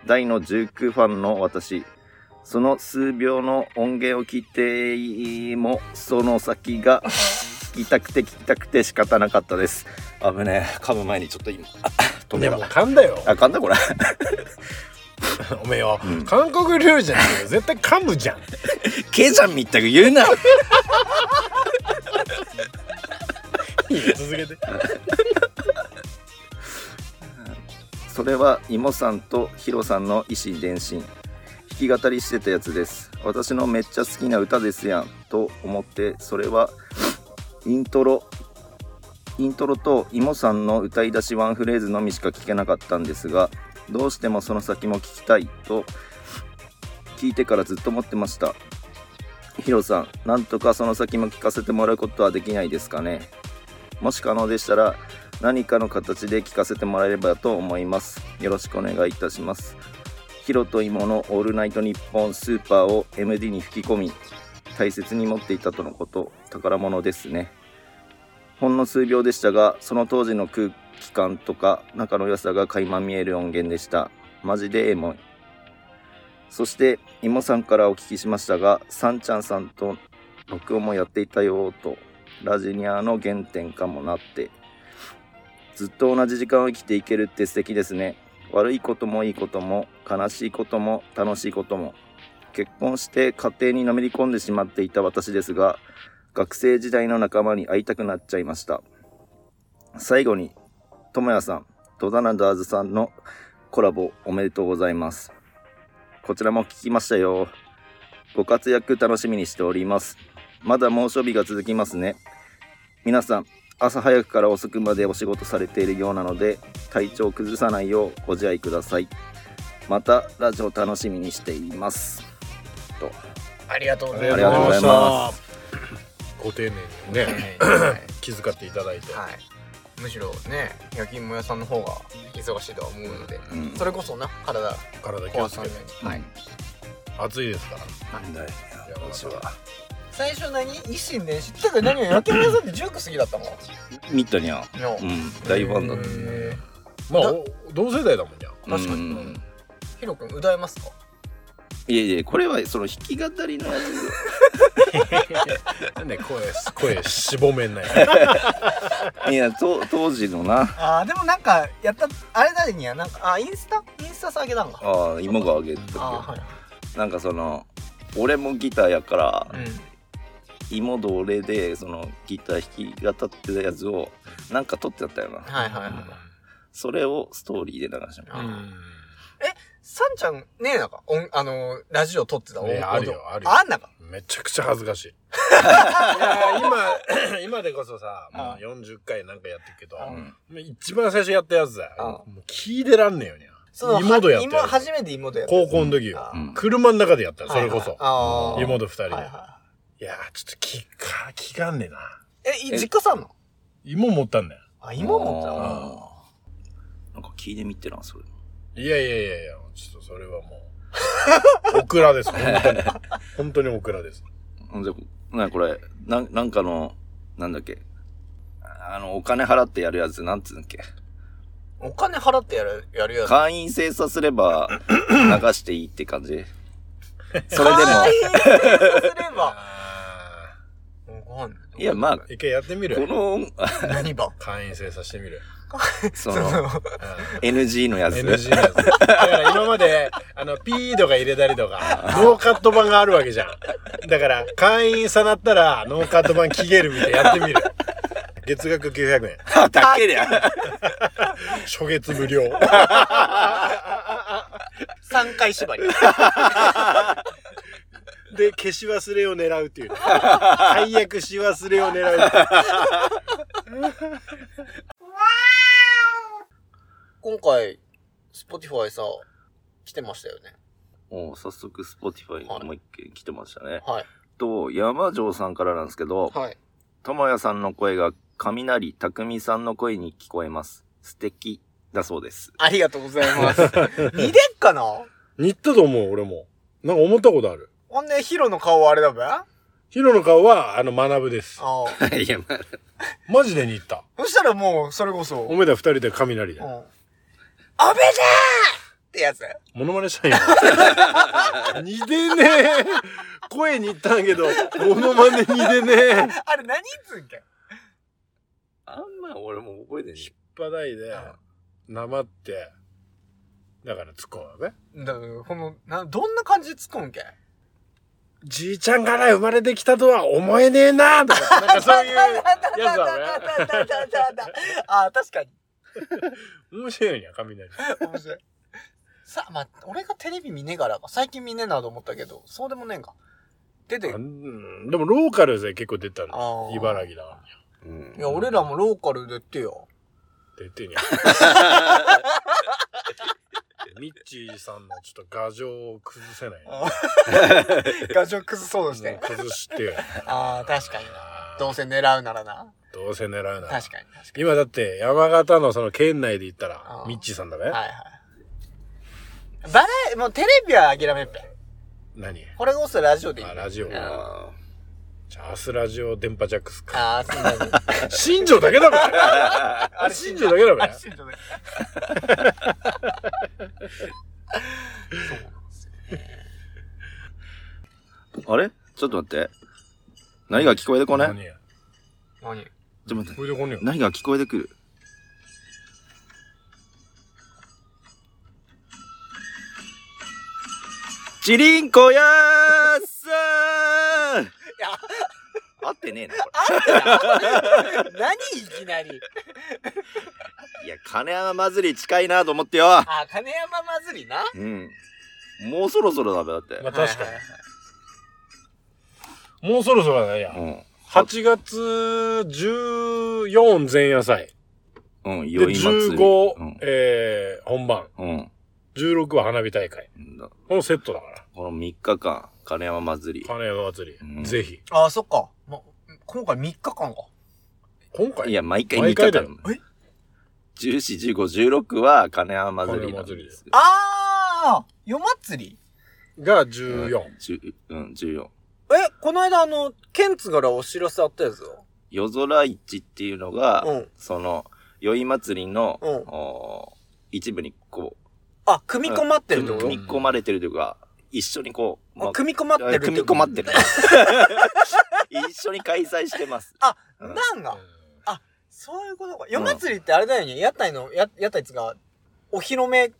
大の19ファンの私その数秒の音源を聞いてもその先が聞きたくて聞きたくて仕方なかったです危ねえ噛む前にちょっと今あ止め
で
よう
も噛んだよ。
あかんだこれ
おめえよ
うん。
韓国料理じゃないよ。絶対噛むじゃん。
ケちゃんみったく言うない
いよ続けて。。
それはイモさんとヒロさんの意思伝心弾き語りしてたやつです私のめっちゃ好きな歌ですやんと思ってそれはイントロイントロとイモさんの歌い出しワンフレーズのみしか聞けなかったんですがどうしてもその先も聞きたいと聞いてからずっと思ってましたヒロさんなんとかその先も聞かせてもらうことはできないですかねもし可能でしたら何かの形で聞かせてもらえればと思いますよろしくお願いいたしますヒロとイモのオールナイトニッポンスーパーを MD に吹き込み大切に持っていたとのこと宝物ですねほんの数秒でしたがその当時の空気感とか仲の良さが垣間見える音源でしたマジでエモいそしてイモさんからお聞きしましたがサンちゃんさんと録音もやっていたよとラジニアの原点かもなってずっと同じ時間を生きていけるって素敵ですね。悪いこともいいことも、悲しいことも、楽しいことも。結婚して家庭にのめり込んでしまっていた私ですが、学生時代の仲間に会いたくなっちゃいました。最後に、ともやさん、とダナダーズさんのコラボおめでとうございます。こちらも聞きましたよ。ご活躍楽しみにしております。まだ猛暑日が続きますね。皆さん、朝早くから遅くまでお仕事されているようなので体調を崩さないようご自愛くださいまたラジオ楽しみにしていますと
ありがとうござい
あ
ます。
りがとうございます
ご丁寧にね、
はい
気遣っていただいて。
はい。むしろね、焼き芋屋さんの方が忙しいとは思うので、
うん
それこそな、体
体気
壊
をつ
さな
け
い
て
よ。うに。はい。
暑いですから。
なんだよ私は
最初何一心伝心。てか何よ、焼き芋屋さんってジューク好きだったもん。
ミッドにゃん
の
うん大ファンだった
へー
ま
だ
あお同世代だもんじゃん。
確かに
うん
ヒロ君歌えますか
いやいやこれはその弾き語りのや
なんで声声し ぼめんない。
ついやと当時のな
あーでもなんかやったあれだにはなんかあインスタインスタ下げたんか
ああ芋があげてたけ
あーはい
どなんかその俺もギターやから、
う、
芋と俺でそのギター弾き語ってたやつをなんか撮ってあったよなん
はいはいはい
それをストーリーで流してもらう
あーサンちゃんねえなんかおんあのーラジオ撮ってた
ねあるよあるよ
あんなか
めちゃくちゃ恥ずかしい。いや今 今でこそさ、もう40回なんかやってるけど、
うん
うん
もう一番最初やったやつだよ。
う
もう聞いてらんねえよね。妹やった
今
やつ
初。めて妹やった
高校の時よ
あ。
うん
車の中でやったよそれこそ。
あー
妹二人で。
はいはい
やー、ちょっと聞か、聞かんねえな。
いえい実家さんの
芋持ったんだよ。
あ妹も持ってたの
あ聞いてみてな、それ。
いやいやいやいや、ちょっとそれはもう。オクラです、本当に。本当にオクラです。
ほんで、な、これ、なん、なんかの、なんだっけ。あの、お金払ってやるやつ、なんつうんだっけ。
お金払ってやる、やるやつ。
会員精査すれば、流していいって感じ。それでも、
会員制作すれ ば。
あ
わかんない
や、まあ、こ
ー一回やってみる。
の、
い。何 番
会員制させてみる。
そ
そ
の、
の、
う
NG のや
ん
つ。
NG のやつ。だから今まで、あの、ピーとか入れたりとか、ノーカット版があるわけじゃん。だから、会員さなったら、ノーカット版期限るみたいやってみる。月額900円。
だけで、
初月無料。
3回縛り。
で、消し忘れを狙うっていうね。最悪し忘れを狙う っていう。
今回、Spotify さ、来てましたよね。
もう早速 Spotify にもう一件来てましたね。
はい。
と、山城さんからなんですけど、
はい。
ともやさんの声が雷匠さんの声に聞こえます。素敵だそうです。
ありがとうござい ます。似てっかな
似たと思う、俺も。なんか思ったことある。
ほんで、ヒロの顔はあれだべあ
ヒロの顔は、あの、学ぶです。
あ。
いや、まあ、
マジで似た。
そしたらもう、それこそ、う
お
ん。
めで二人で雷で。
おべじゃーってやつ。
モノマネしたんや。似てねえ。声似たんやけど、モノマネ似てねえ。引っ
あれ何つうんけ
あんま俺も覚えてない。
張らいで、なまって、だから突っ込むわね。
だから、この、な、どんな感じで突っ込むけ
じいちゃんから生まれてきたとは思えねえなとか、なんかそういうや つだね。
あ、確かに。
面白いんや、雷。
面白い。さあ、まあ、俺がテレビ見ねえからか、最近見ねえなと思ったけど、そうでもねえんか。出て
あ、うんでもローカルで結構出た
あ
の。
ー
茨城だから。
うん
いや、俺らもローカルで言ってよ。
出てん や。ミッチーさんのちょっと牙城を崩せない。
画像崩そうとし
も
て
う。崩 して。
ああ、確かにな。
あー
どうせ狙うならな。
どうせ狙うな。
確かに、確かに。
今だって山形のその県内で言ったら
あ、ー
ミッチーさんだね。
はいはい。バラエ、もうテレビは諦めっぺ。
何
これこそラジオでいい。
あ、
あ
ラジオ。じゃ
あ
あ、明日ラジオ電波ジャックスか。
あー、すいません。
新庄だけだもんねあれ新庄だけだもんね
あ新庄だけそうなんですよ。
ーあれちょっと待って。何が聞こえてこね
何や
何
ちょっと待って。
これでこんねや
何が聞こえてくるチリンコやーさーん
いや、
合ってねえな、こ
あんた何 いきなり。
れ。いや、金山祭り近いなと思ってよ。
あ、金山祭りな。
うん。もうそろそろだべ、だって。
まあ確か
はいはい
に。もうそろそろだね。や
うん。
8月14前夜祭。
うん、
で、
宵祭り。う
15
ん、。
えー、本番。
うん。
16は花火大会。
だ
このセットだから。
この3日間、金山祭り。
金山祭り。
うん
ぜひ。
あ、そっか。ま、今回3日間か。
今回
いや、毎回3
毎
日間
回だ
だ
よ
もん。14、15、16は金山祭りなんです。
あー夜祭り
が14。
14。うん、14。
え、この間あの、ケンツからお知らせあったやつよ。
夜空市っていうのが、
うん
その、宵祭りの、
うん
おー一部にこう、
あ、組み込まってるってこと
組み込まれてるというか、一緒にこう、ま
あ
あ
組み込まってるってこと
組み込まってる。 一緒に開催してます。
あ、
うん
なんだ
う
そういうことか。夜祭りってあれだよね。屋台の、や、屋台っつうか、お披露目
ん。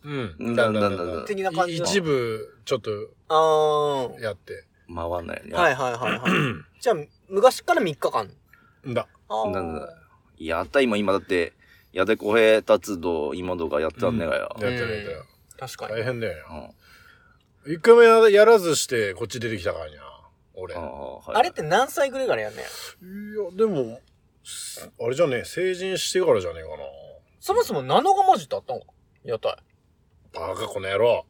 だんだんだんだん
的な感じの。
一部、ちょっと、
あー。
やって。
回んないよね。
はいはいはい はい。じゃあ、昔から3日間。
んだ。
あー
なんだやった今、今だって、やでこへ達道、今とかやってたんだがよ。
やってるやってる。
確かに。
大変だよ
う
な。
んうん
一回もややらずして、こっち出てきたからにゃ。俺。い
あ
や、
ーはい
あれって何歳ぐらいからやんねや
でも、すあれじゃねえ、成人してからじゃねえかな。
そもそも7日文字ってあったのか屋台。
バカこの野郎。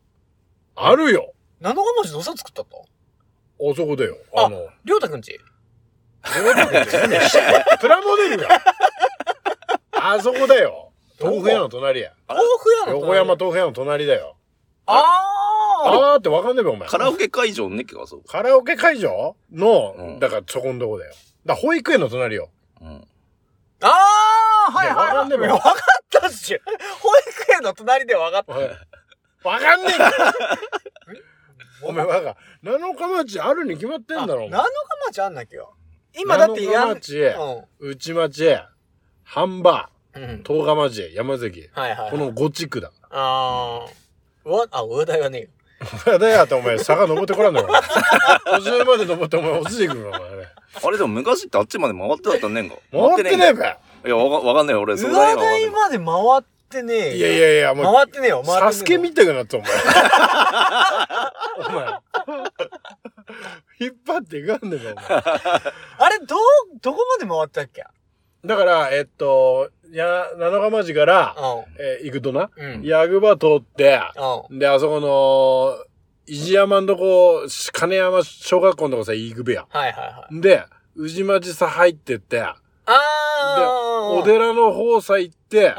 あるよ
7日文字どうせ作ったった
あそこだよ。
あ
あの、
りょうたくんち
プラモデルが。あそこだよ。
豆腐屋の隣や。
豆腐屋の
横山豆腐屋の隣だよ。
ああ
あーってわかんねえべ、お前。
カラオケ会場ね結構そう、
カラオケ会場の、
うん
だからそこんとこだよ。だから保育園の隣よ。
うん、
ああはいはい
いやわかんねえもん
わかったっしょ保育園の隣でわかった
わかんねえからお前バカ。七日町あるに決まってんだろ、お
あ
前
七日町あんなきゃ今だってやん
七日内町、半場、
うん、うん、
十日町、山関。
はいはいはい
この5地区だ。
ああわあ上田がねえよ
だよってお前、坂登ってこらんのよ。お前途中まで登ってお前落ちてくるの、お前。
あれでも昔ってあっちまで回ってなったんねんか
回ってねえ
んか
べ。
いやわかわかんない俺そ
上
の辺はわか
田
んない
まで回ってねえよ
いやいやいや、もう。
回ってねえよ回ってねえよ
サスケみたくなった、お前。お前。引っ張っていかんねえか、お前。
あれどうどこまで回ったっけ
だから、えっと、や、七日町から、
う
えー行くとな、
んうん
ヤグバ通って、
う
で、あそこの、伊地山のとこ、し金山小学校のとこさ、行くべや。
んはいはいはい
で、宇治町さ入ってって、
あー
お寺の方さ行って、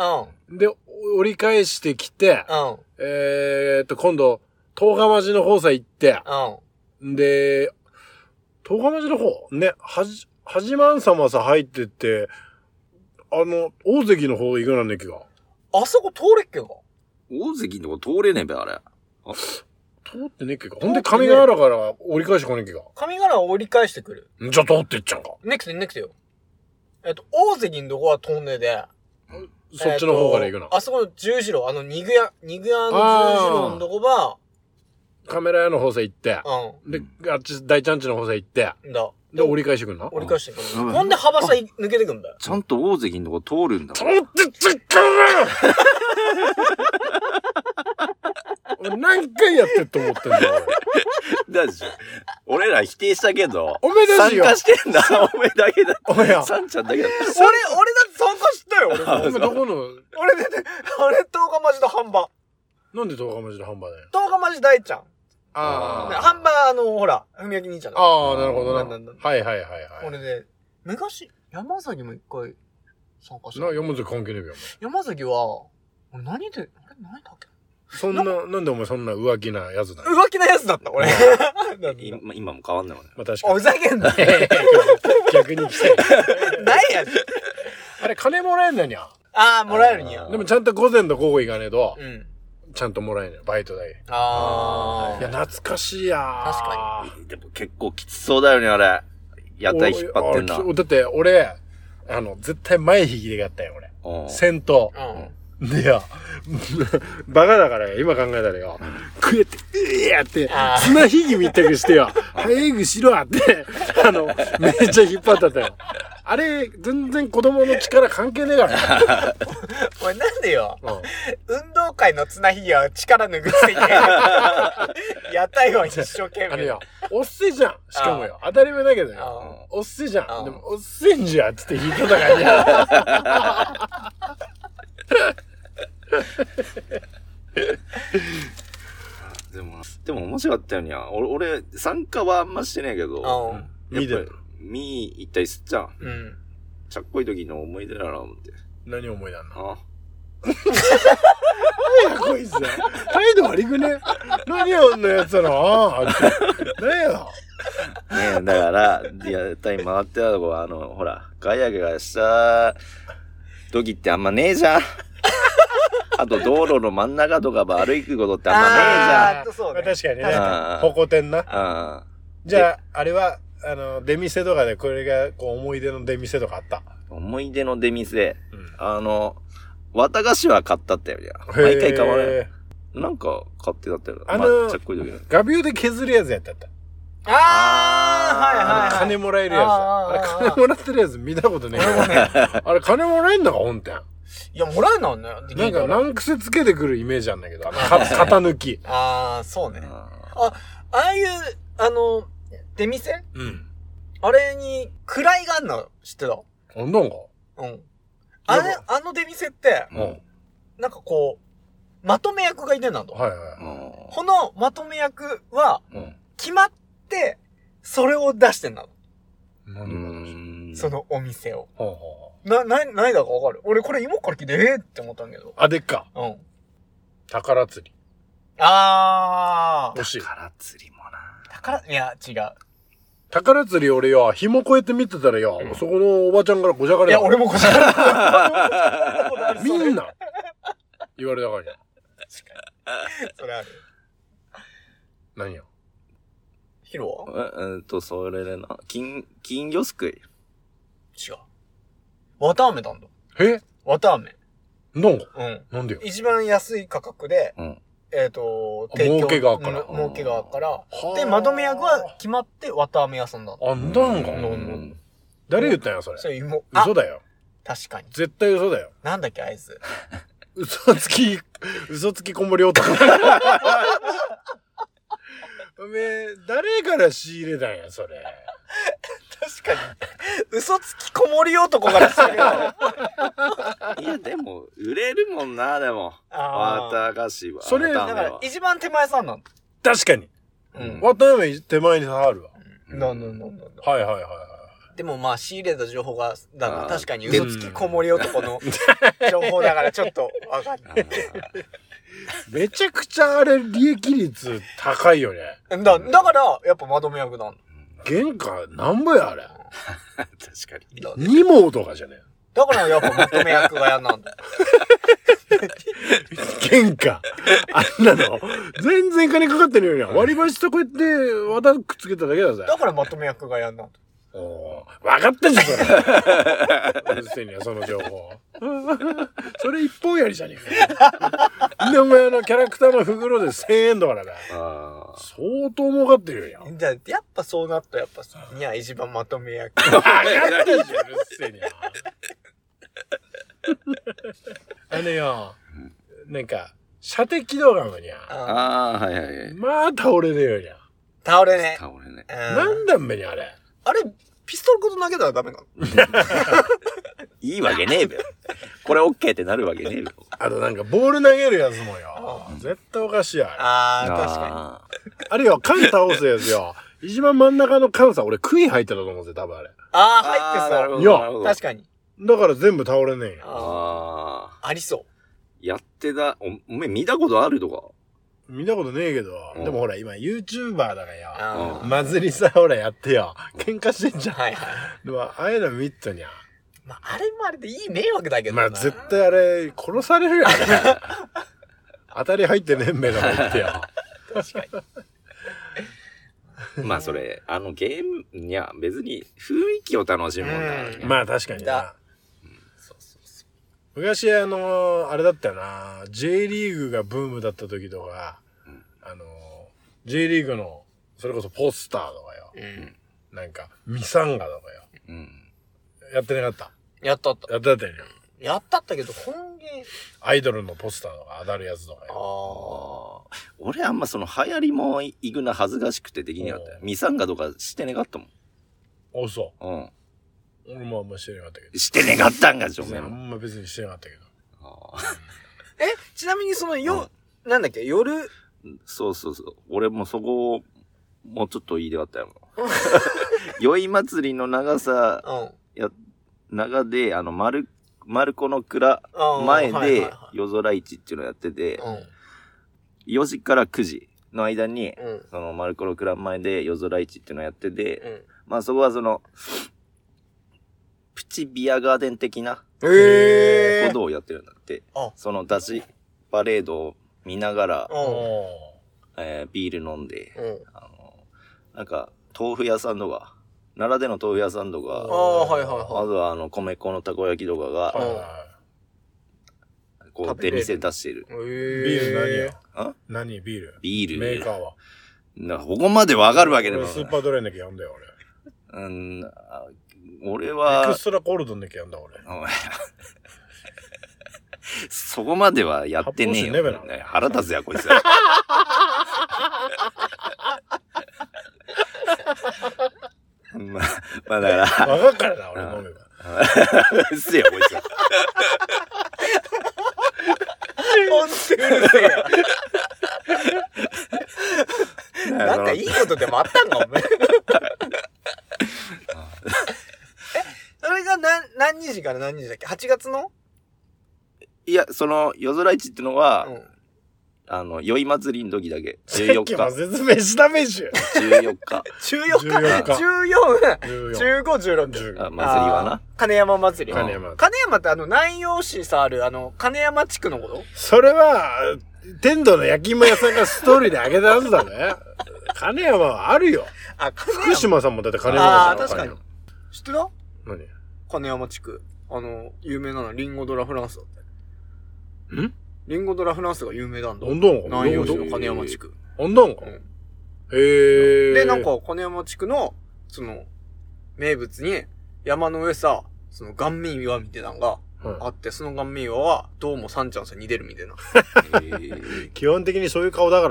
う
で、折り返してきて、
んうん
えー、っと、今度、十日町の方さ行って、
うん
で、十日町の方、ね、はじ、はじまん様さ入ってって、あの、大関の方行くなんだっけが。
あそこ通れっけか
大関のとこ通れねえべあれ
通ってねっけか。ほんで、神ヶ原から折り返してこねっけか。
神柄を折り返してくる
じゃあ通ってっちゃうか。
ネクストネクストよえっと大関のとこは通んねえで
そっちの方から行くな
えっと。あそこの十字路あの肉屋肉屋の十字路のとこば
カメラ屋の方さ行って、
う
で、あっち、大ちゃんちの方さ行って、
んだ
で、折り返してくんな。
折り返してくる
うん
ほんで幅さい抜けてくんだ よ
ちゃんと大関のとこ通るんだ
通ってっちゃうか俺何回やってっと思ってんだよ、
だし俺 ら否定したけど
お前だし
参
よ
加してんだ おめえだけだ
俺。お前や。
さんちゃんだけだ
俺俺だって参加したよ俺
お前どこの、
俺だってあれ十日町の半ば
なんで十日町のハンバーだよ。
十日町大ちゃん
あー
ハンバーあのほら文明兄ちゃんだ
ああ、なるほどな。
なんなんなん
はいはいはいはい。
俺ね昔山崎も一回参加した
な、山崎関係ねえべよ。
山崎は、俺何で、あれ何だっけ
お前そんな、なんでお前そんな浮気なやつだよ。
浮気なやつだった、俺。
今今も変わんないもんね
まあ確か
お
に
ふ。ざけんな。
逆に来て。
ないやん。
あれ金もらえんのにゃ。
ああ、もらえるにや
あ。
でもちゃんと午前と午後行かねえと
う、ん。
ちゃんともらえんのよ、バイト代。
あ
いや、
あ。
懐かしいや
確
か
でも結構きつそうだよねあれ屋台引っ張ってんな
だって、俺、あの、絶対前引きで買ったよ、俺。
うん
先頭。
うん。
でよ、バカだからよ、今考えたらよ、こうやって、うえーって
あ、ー
綱引きみたくしてよ、早くしろって、あの、めっちゃ引っ張ったったよ。あれ、全然子供の力関係ねえから。
俺なんでよ、
うん
運動会の綱引きは力抜くせに。屋台は一生懸
あれ
命。
よ、おっせえじゃん。しかもよ、当たり前だけどよ。
あ
おっせえじゃ
あ
ん。でも、おっせえんじゃんって言って引いてたからね。
でもでも面白かったよにゃ俺俺参加はあんましてねえけど
あ。う
やっ
ん。
ぱり
見てる。
見行ったりすっちゃん
うん。
ちゃっこい時の思い出だな思って
何思い出んの
あ
やこいつ態度悪くね何やんのやつだなあ何
ね
や
えだから屋台回ってたとこはあのほらガヤガヤした時ってあんまねえじゃんあと道路の真ん中とかば歩くことってあんまね
あーっとそう
まあ
ね。
確かにね
確
かに
ホコ天な
えじゃん
じゃああれはあの出店とかでこれがこう思い出の出店とかあった
うん思い出の出店
うん
あの綿菓子は買ったったよりゃ毎回買わない
へ
なんか買ってたったよな
あの
まちゃっこい時の
ー画鋲で削るやつやったった
ああ、はいはいはい。
金もらえるやつ
あ
あ
ー
れ
あーあー
金もらってるやつ見たことねえよあれ金もらえんのか本店
いや、もらえないのよ。
なんか難癖つけてくるイメージあんだけどあのか型抜き
ああ、そうね。あ
あ
あいう、あの、出店
うん
あれに、位があんの知ってた
あんなんか
うん。あれ
でも、
あの出店って、
ーも
なんかこう、まとめ役がいてんだと。
はいは
うも
このまとめ役は、
うも
決まって、それを出してんだと。
い何
うう
が
ーん
そのお店を。
ほうほうほ
な、な、何だかわかる。俺これ今から聞いて、えー、って思ったんだけど。
あ、でっか。
うん。
宝釣り。
あー。
惜しい。
宝釣りもな
宝、いや、違う。
宝釣り俺よ、紐越えて見てたらよ、そこのおばちゃんからごじゃが
い
れ
や、俺もこれ。
みんな言われたからじゃん。
それある。
何よ。
ヒロは
えうんとそれでな金金魚すくい
違う。綿飴なんだ。
え
綿飴。
なんか
うん。
なんでよ。
一番安い価格で、
うん
えっ、と、
儲けがあるから
うん儲けがあるから。
はあ
で、まとめ役は決まって綿飴屋さんだ。
あんなんか。
うん
誰言ったんや、それ
そ。れ芋。あ
嘘、だよ。
確かに。
絶対嘘だよ。
なんだっけ、あいつ。
嘘つき、嘘つき小森男。 おめえ、誰から仕入れたんや、それ。
確かに。嘘つきこもり男からしてる よ。
いやでも売れるもんなでも
あー
綿菓子は
それ
綿
だ
飴
か
は
ら、一番手前さんなんだ。
確かに。
う
うん
ん。
渡辺手前に刺さるわ。
なんなんなんなん
はいはいはいはい。
でもまあ仕入れた情報が、だな
あー
確かに嘘つきこもり男の情報だからちょっとわかんない。
めちゃくちゃあれ利益率高いよね。
だだから、やっぱまとめ役なん
原価なんぼやあれ。
あー 確かに
だ。
2毛とかじゃね
だからやっぱまとめ役が嫌なんだ。
え。原 価。あんなの。全然金かかってるよりは割り箸とこうやって綿くっつけただけだぜ。
だからまとめ役が嫌なんだ。
おー分かったじゃん、それ。うるせえにはその情報。 それ一本やりじゃねえか。で、お前あのキャラクターの袋で1000円だからだ。
あー
相当儲かってるよ。
じゃあ、やっぱそうなったらやっぱ、いや、一番まとめ役。
分かったじゃん、うるせえには。あのよ、なんか、射的動画もにゃ、
あ
あーはいはいはい
まあ倒れるよにゃ。
倒れね。
倒れね
うん
なんだんめにゃあれ。
あれ、ピストルごと投げたらダメなの
いいわけねえ べよこれオッケーってなるわけねえべよ
あとなんかボール投げるやつもよ
あ。
絶対おかしいや。あれ
ああ、確か
に
あれよ、缶倒すやつよ。一番真ん中の缶さ、俺杭入ってたと思うぜ、多分あれ。
に。ああ、入って
いや
そう。確かに。
だから全部倒れねえよ。
あ
あ
ー
あ
ありそう。
やってたおおめえ見たことあるとか
見たことねえけど
う、ん
でもほら今 YouTuber だからよ。
あ
うん
ー
まずりさ、ほらやってよ。喧嘩してんじゃん。
はいはい。
でも、ああいうの見っとにゃ。
まあ、あれもあれでいい迷惑だけど
ま
な。
あ絶対あれ、殺されるよ、あれ 当たり入ってねえんめえのも言って よ。
確かに。
まあそれあのゲームには別に雰囲気を楽しむもんだからね
まあ確かにな
だ。
そうそうそ
昔あのーあれだったよな J リーグがブームだった時とか、
うん
あのー J リーグのそれこそポスターとかよ
うん。
なんかミサンガとかよ
ううん
やってなかった
やったった。
やってたよね
やったったけど、本芸。
アイドルのポスターとか当たるやつとかよ
あ
ああ俺あんまその流行りもいくな恥ずかしくてできなかったよ
お
ミサンガとかしてねかったも
おそ
んうん
う俺もあんましてなかったけ
してねかったんかちょお
ど
めえ
あ
も
んま別にしてなかったけど
あー
あ。え、ちなみにそのよ、なんだっけ、夜、
そうそうそう俺もそこをもうちょっと言いでかっ たよ宵祭りの長さ
うん。うん
や長であの丸丸子の蔵前
はいはい
で
は
夜空市っていうのやってて
いうん。
4時から9時の間に
うん。
その丸子の蔵前で夜空市っていうのやってて
うん。
まあそこはそのプチビアガーデン的な
え
ことをやってるんだって、
あ
その出しパレードを見ながら、
う
お
えービール飲んで、
ん。うん。
あのなんか豆腐屋さんとか奈良での豆腐屋さんと
あ
か、
あ、はいはい
あ
は
とはあの米粉のたこ焼きとか
ーはい
が、
はいは
こ
食
う
べ
出
れる
店出してる
い。ビ
いビール何よ
あ
何ビール
ビール
メーカーは
なここまでわかるわけでも
俺
ない
スーパードライの時やんだよ
うんあ俺
俺エ
は
クストラコールドの時やんだ俺
お前そこまではやってねえよ。
発泡酒ねべな
ね腹立つや、こいつ。 まあ、まあだから、
バカからな俺飲めば
うっせえよ、こいつは。
本当にうるせえよなんかいいことでもあったんか、お前。え、それが何、何時から何日だっけ ?8 月の
いや、その、夜空市ってのは、
うん。
あの、宵祭りの時だけ。
さっ
14
きも
日。
説明したべしゅ。
14日。
14日
14日
!14!
14
15、16。
あ祭り
15
はな
あ。ー。金山祭り。
金山
金山ってあの、南陽市さ、ある、あの、金山地区のこと
それは、天童の焼き芋屋さんがストーリーであげたはずだね。金山はあるよ。
あ、金
福
山。
島さんもだって金山
あー
さん
確かに知ってた
何
金山地区。あの、有名なのはリンゴドラフランスだって。
ん
リンゴドラフランスが有名なんだ。
どんどんか。
南陽市の金山地区。
どんどんか
う。ん
へえ。
で、なん。か、金山地区の、その、名物に、山の上さ、その、顔面岩みたいなのがあって、その顔面岩は、どうもサンちゃんさんに似てるみたいな。
え
基本的にそういう顔だか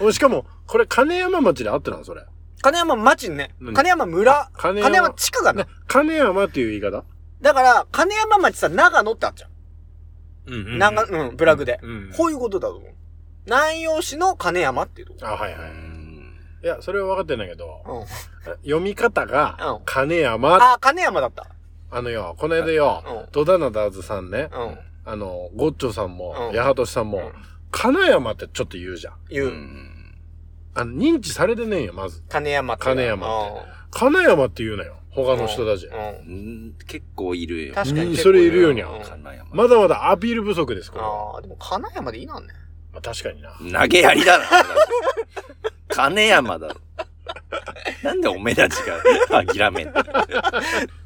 ら。しかも、これ金山町で合ってたのそれ。
金山町ね
何。
金山村。
金
金
山
山地区がね
ね。金山っていう言い方
だから、金山町さ、長野ってあっちゃ
うん
う。長、うん、ブラグで。
うん。
こういうことだと思う。南陽市の金山っていうとこ。
あ、はいはい。いや、それは分かってんだけど、
うん。
読み方が
うん、
金山、
あ、金山だった。
あのよ、この間よ
うん、
ドダナダーズさんね、
うん。
あの、ゴッチョさんも、
うん
ヤハトシさん
う
も
ん、
金山ってちょっと言うじゃん。
言う。
あの、認知されてねえよ、まず。
金山って。
金山金山って言うなよ、他
他
の人たち。
結構いるよ。
確か
うん
に。
それいるよにゃ
うん
金山
まだまだアピール不足です、これは。
ああ、でも金山でいいなんね。
まあ確かにな。
投げやりだな。金山だろ。なんでおめだちが諦めんの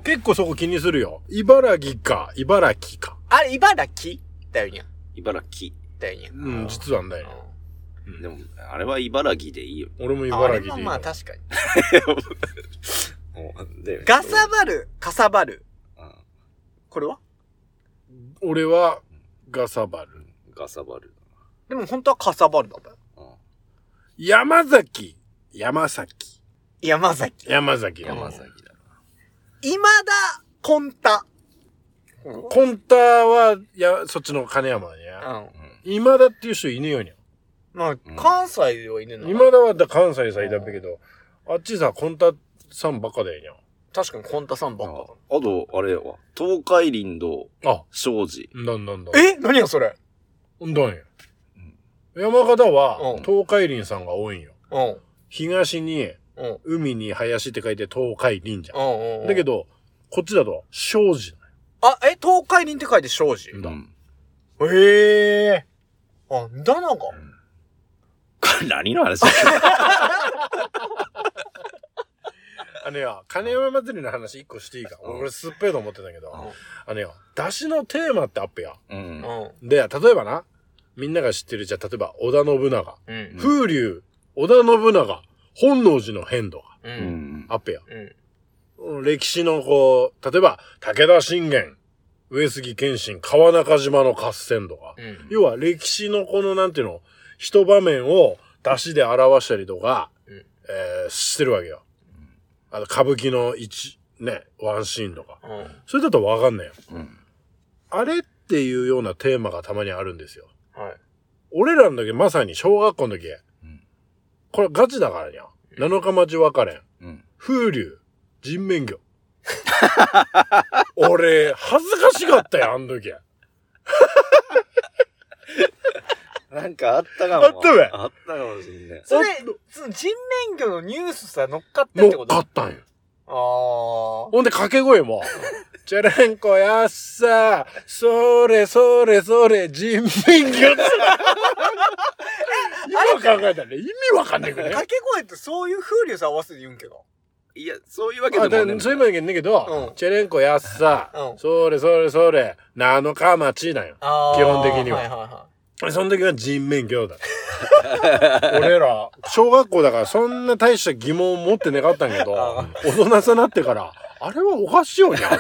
結構そこ気にするよ。茨城か、茨城か。
あれ、茨城だよにゃ。
茨城。
だよにゃ。
うん、実はあんだよね。
でも、あれは茨城でいいよ。
俺も
うん
茨
あれ
城
は
でいい
ま
の
あ。確かに。
もうで
ガサバル、かさばる。
うん
これは
俺は、ガサバル。
ガサバル。
でも本当はかさばるだったよ。
うん
山崎、山崎。
山崎。
山崎だもん。
山崎だろ。
今田、コンタ。う
コンタは、や、そっちの金山ね。
ん。
今田っていう人いねえよにゃ。
まあ、関西ではいねえな。
今田はだ関西さいたんだけど、あっちさ、コンタさんばっかだよにゃ。
確かにコンタさんばっか
ああと、あれは、東海林道、
あ、
庄司。
んだんだんだん。
だ。え何やそれ
んだんや
うん。
山形は、
うん
東海林さんが多いんよ。
うん。うん。
東に、
うん
海に林って書いて東海林じゃ。
うんうんん。
だけ
ど。
ど、こっちだと、庄司。
あ、え、東海林って書いて庄司。
んだ
うん
ええー。あ、んだなんか。
これ何の話だっ
あのよ、金山祭りの話一個していいか。
うん
俺、すっぺえと思ってたけど
うん。
あのよ、出汁のテーマってあっぺや。
けうん。
うん。
で、例えばな、みんなが知ってる、じゃあ、例えば、織田信長。
うん。
風流、織田信長、本能寺の変とか、
う。
うんん。
あっぺや。
うん。
うん歴史のこう、例えば、武田信玄、上杉謙信、川中島の合戦とか、
うん。
要は歴史のこの、なんていうの、一場面を出汁で表したりとか、
うん
えーしてるわけよ。あの、歌舞伎の一、ね、ワンシーンとか。
うん。
それだとわかんないよ。
うん。
あれっていうようなテーマがたまにあるんですよ。
はい。
俺らの時まさに小学校の時、
うん
これガチだからにゃ。七日町別れん、
うん。
風流、人面 魚。俺、恥ずかしかったよ、あの時。
なんかあったか
もあったべ
あったかもしんない。
それ、その人面魚のニュースさ、乗っかってるって
乗っ
こ
か
と
ったんよ。
ああ。
ほんで掛け声も、チャランコやっさ、それそれそれ、人面魚。 今考えたらね意味わかんないくらい。
掛け声ってそういう風流さ合わせて言うんけど。
いや、そういうわけ
あだか
で
ら
もね。
そういうわけじゃねえけど、
うん
チェレンコやっさ、
うん
それそれそれ、七日町だよ。
あー
基本的には
はいはいは
その時は人面魚 だ。俺ら、小学校だからそんな大した疑問を持ってなかったんやけど、
あ
大人さなってから、あれはおかしいよね。
い。どう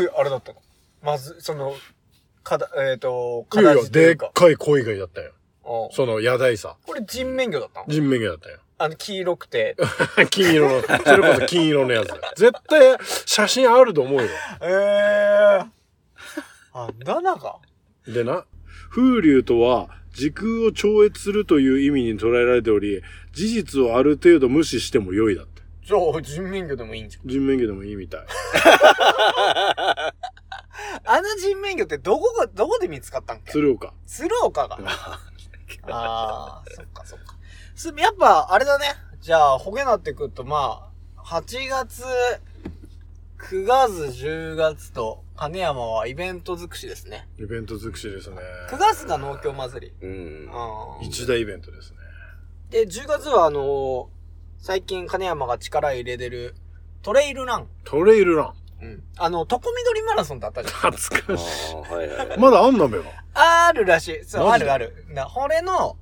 いう、あれだったのまず、その、かだ、えっ、ー、と、
いやいや
形とい
で
う
っ
か。
かい鯉がいだったよ。
うん
その野大さ。
これ人面魚だったの
人面魚だったよ。
あの、黄色くて。
金色の、それこそ金色のやつ。絶対写真あると思うよ。
ええー。あ、だなか。
でな、風流とは時空を超越するという意味に捉えられており、事実をある程度無視しても良いだって。
じゃあ、人面魚でもいいんじゃん。
人面魚でもいいみ たい。
あの人面魚ってどこが、どこで見つかったんけ
鶴岡。
鶴岡が。ああ、そっかそっか。す、やっぱ、あれだね。じゃあ、ホゲなってくると、まあ、8月、9月、10月と、金山はイベント尽くしですね。
イベント尽くしですね。
9月が農協祭り。
うん
うん
一大イベントですね。
で、10月はあのー最近金山が力入れてる、トレイルラン。
トレイルラン。
うん。あの、床緑マラソンだったじゃん。
懐
あ
かしい。
ーはいはいはい
まだあんなべが。
あるらしい。そう、あ
マジで
るある。な、これの、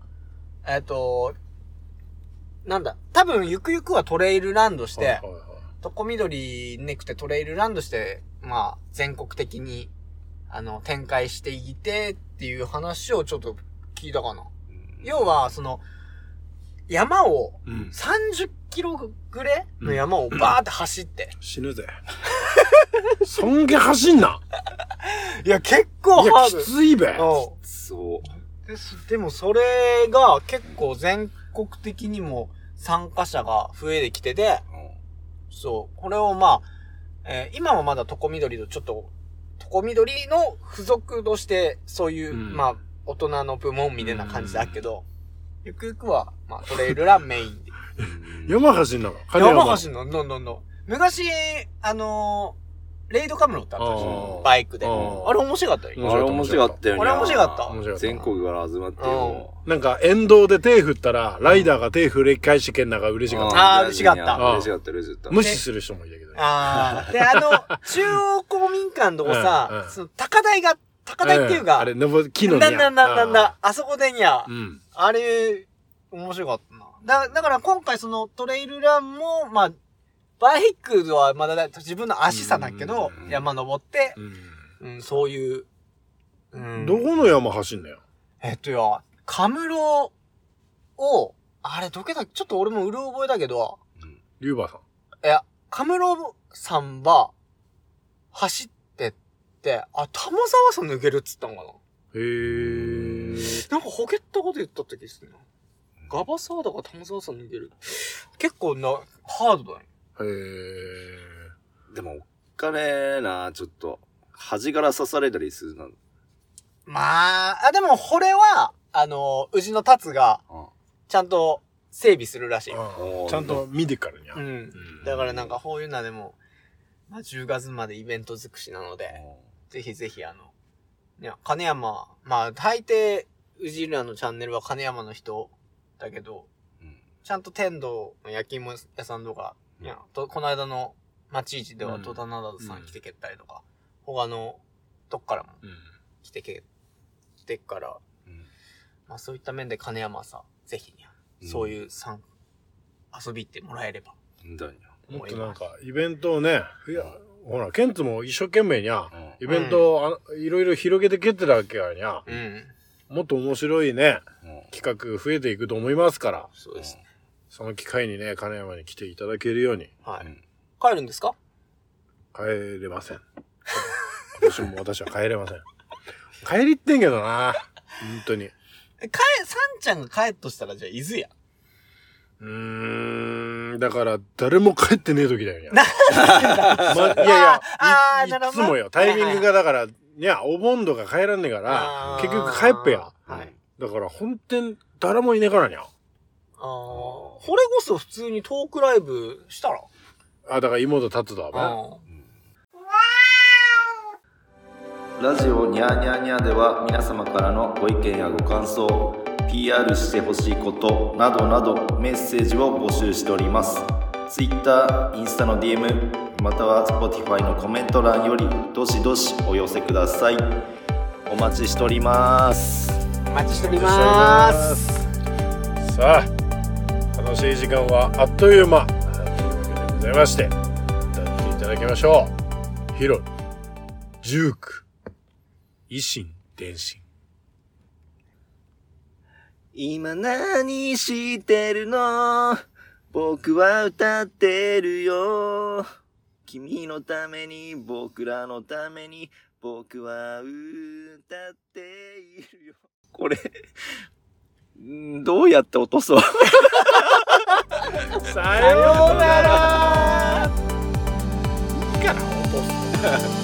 えっ、と、なんだ、多分ゆくゆくはトレイルランドして、
はいはいはい
床緑ネクてトレイルランドして、まあ、全国的に、あの、展開していってっていう話をちょっと聞いたかな。要は、その、山を、
うん。
30キロぐらいの山をバーって走って。
死ぬぜ。そんげ走んな。
いや、結構
いや、
ハー
きついべ。
ド。うん
そう
です。でもそれが結構全国的にも参加者が増えてきてて、そう、これをまあ、えー今はまだ床緑とちょっと、床緑の付属として、そういう、
うん
まあ、大人の部門みたいな感じだけど、ゆくゆくは、まあ、トレイルランメイン で。
山走んなの。
山走るの、どんどんどん。昔、あのーレイドカムロってあったでしょ
あー
バイクで。
あー
あれ面白かったよ。
面
あ
白
れ
い
面白かったよね
あれ面白かった
面白かった
全国から集まってよ
なんか沿道で手振ったら、ライダーが手振り返してけんなが嬉しかっ
あ
た。
ー嬉しかった
嬉しかった嬉しかった
無視する人もいたけどね。
ああ。で、あの、中央公民館のとこ
うん
さ
う、ん
その高台が、高台っていうか、
んあれ、登る、木のね。
だんだんだんだんだ、あそこでにゃ
う、ん。
あれ、面白かったな。だ、だから今回そのトレイルランも、まあ、バイクはまだだ自分の足さだけど
う、ん
山登って
う、ん。
うん、そういう、うん。
どこの山走んのよ。
えっとよ、カムロを、あれ、どけた、ちょっと俺もうる覚えだけど、
リュウバさん。
いや、カムロさんは、走ってって、あ、玉沢さん抜けるっつったのかな
へー。
なんかほけったこと言った時ですね。ガバサーダが玉沢さん抜ける。結構な、ハードだね。
へー。
でもおっかねえなちょっと端から刺されたりするな
まあ、あ、でも、これは、あの、宇治の達が、ちゃんと整備するらしいよ。
うんちゃんと見てからにゃ
う。ん。
ん
だからなんか、こういうのはでも、まあ、10月までイベント尽くしなので、ぜひぜひあの、いや、金山、まあ大抵、うじらのチャンネルは金山の人だけど、
うん
ちゃんと天童の焼き芋屋さんとか、いや、とこの間の町市では戸田灘さん来てけったりとか、他のどっからも
うん
来てけってっから、まあそういった面で金山さん、ぜひにゃ、
うん
そういうさん、遊びってもらえれば。
うんだよ
もっとなんか、イベントをね、いや、ほら、ケンツも一生懸命にゃ、
う
イベントをあいろいろ広げてけってるわけやにゃ、
うん。
もっと面白いね、
んうん
企画増えていくと思いますから、
そうですね。
その機会にね、金山に来ていただけるように、
はい。
うん
帰るんですか
帰れません。今年も私は帰れません。帰りってんけどな、本当に。
え帰、さんちゃんが帰っとしたらじゃあ伊豆や。
うーん、だから、誰も帰ってねえ時だよ にゃ。ま、いやい
あ
や
ー
い、
なる
い
ほ
つ
ど
もよ。タイミングがだから、いや、お盆とか帰らんねえから
あ、ー
結局帰っぺや。
はい。
だから、本店、誰もいねえからにゃ。
ああ、これこそ普通にトークライブしたら。
あ、だから妹立つだわ。
ラジオニャーニャーニャーでは皆様からのご意見やご感想 PR してほしいことなどなどメッセージを募集しております Twitter、インスタの DM または Spotify のコメント欄よりどしどしお寄せくださいお待ちしております
お待ちしております。
さあ、楽しい時間はあっという間。というわけでございまして、歌っていただきましょう。ヒロ、ジューク、維新、伝心。
今何してるの僕は歌ってるよ君のために僕らのために僕は歌っているよこれんーどうやって落とそう
さようならいいから落とすの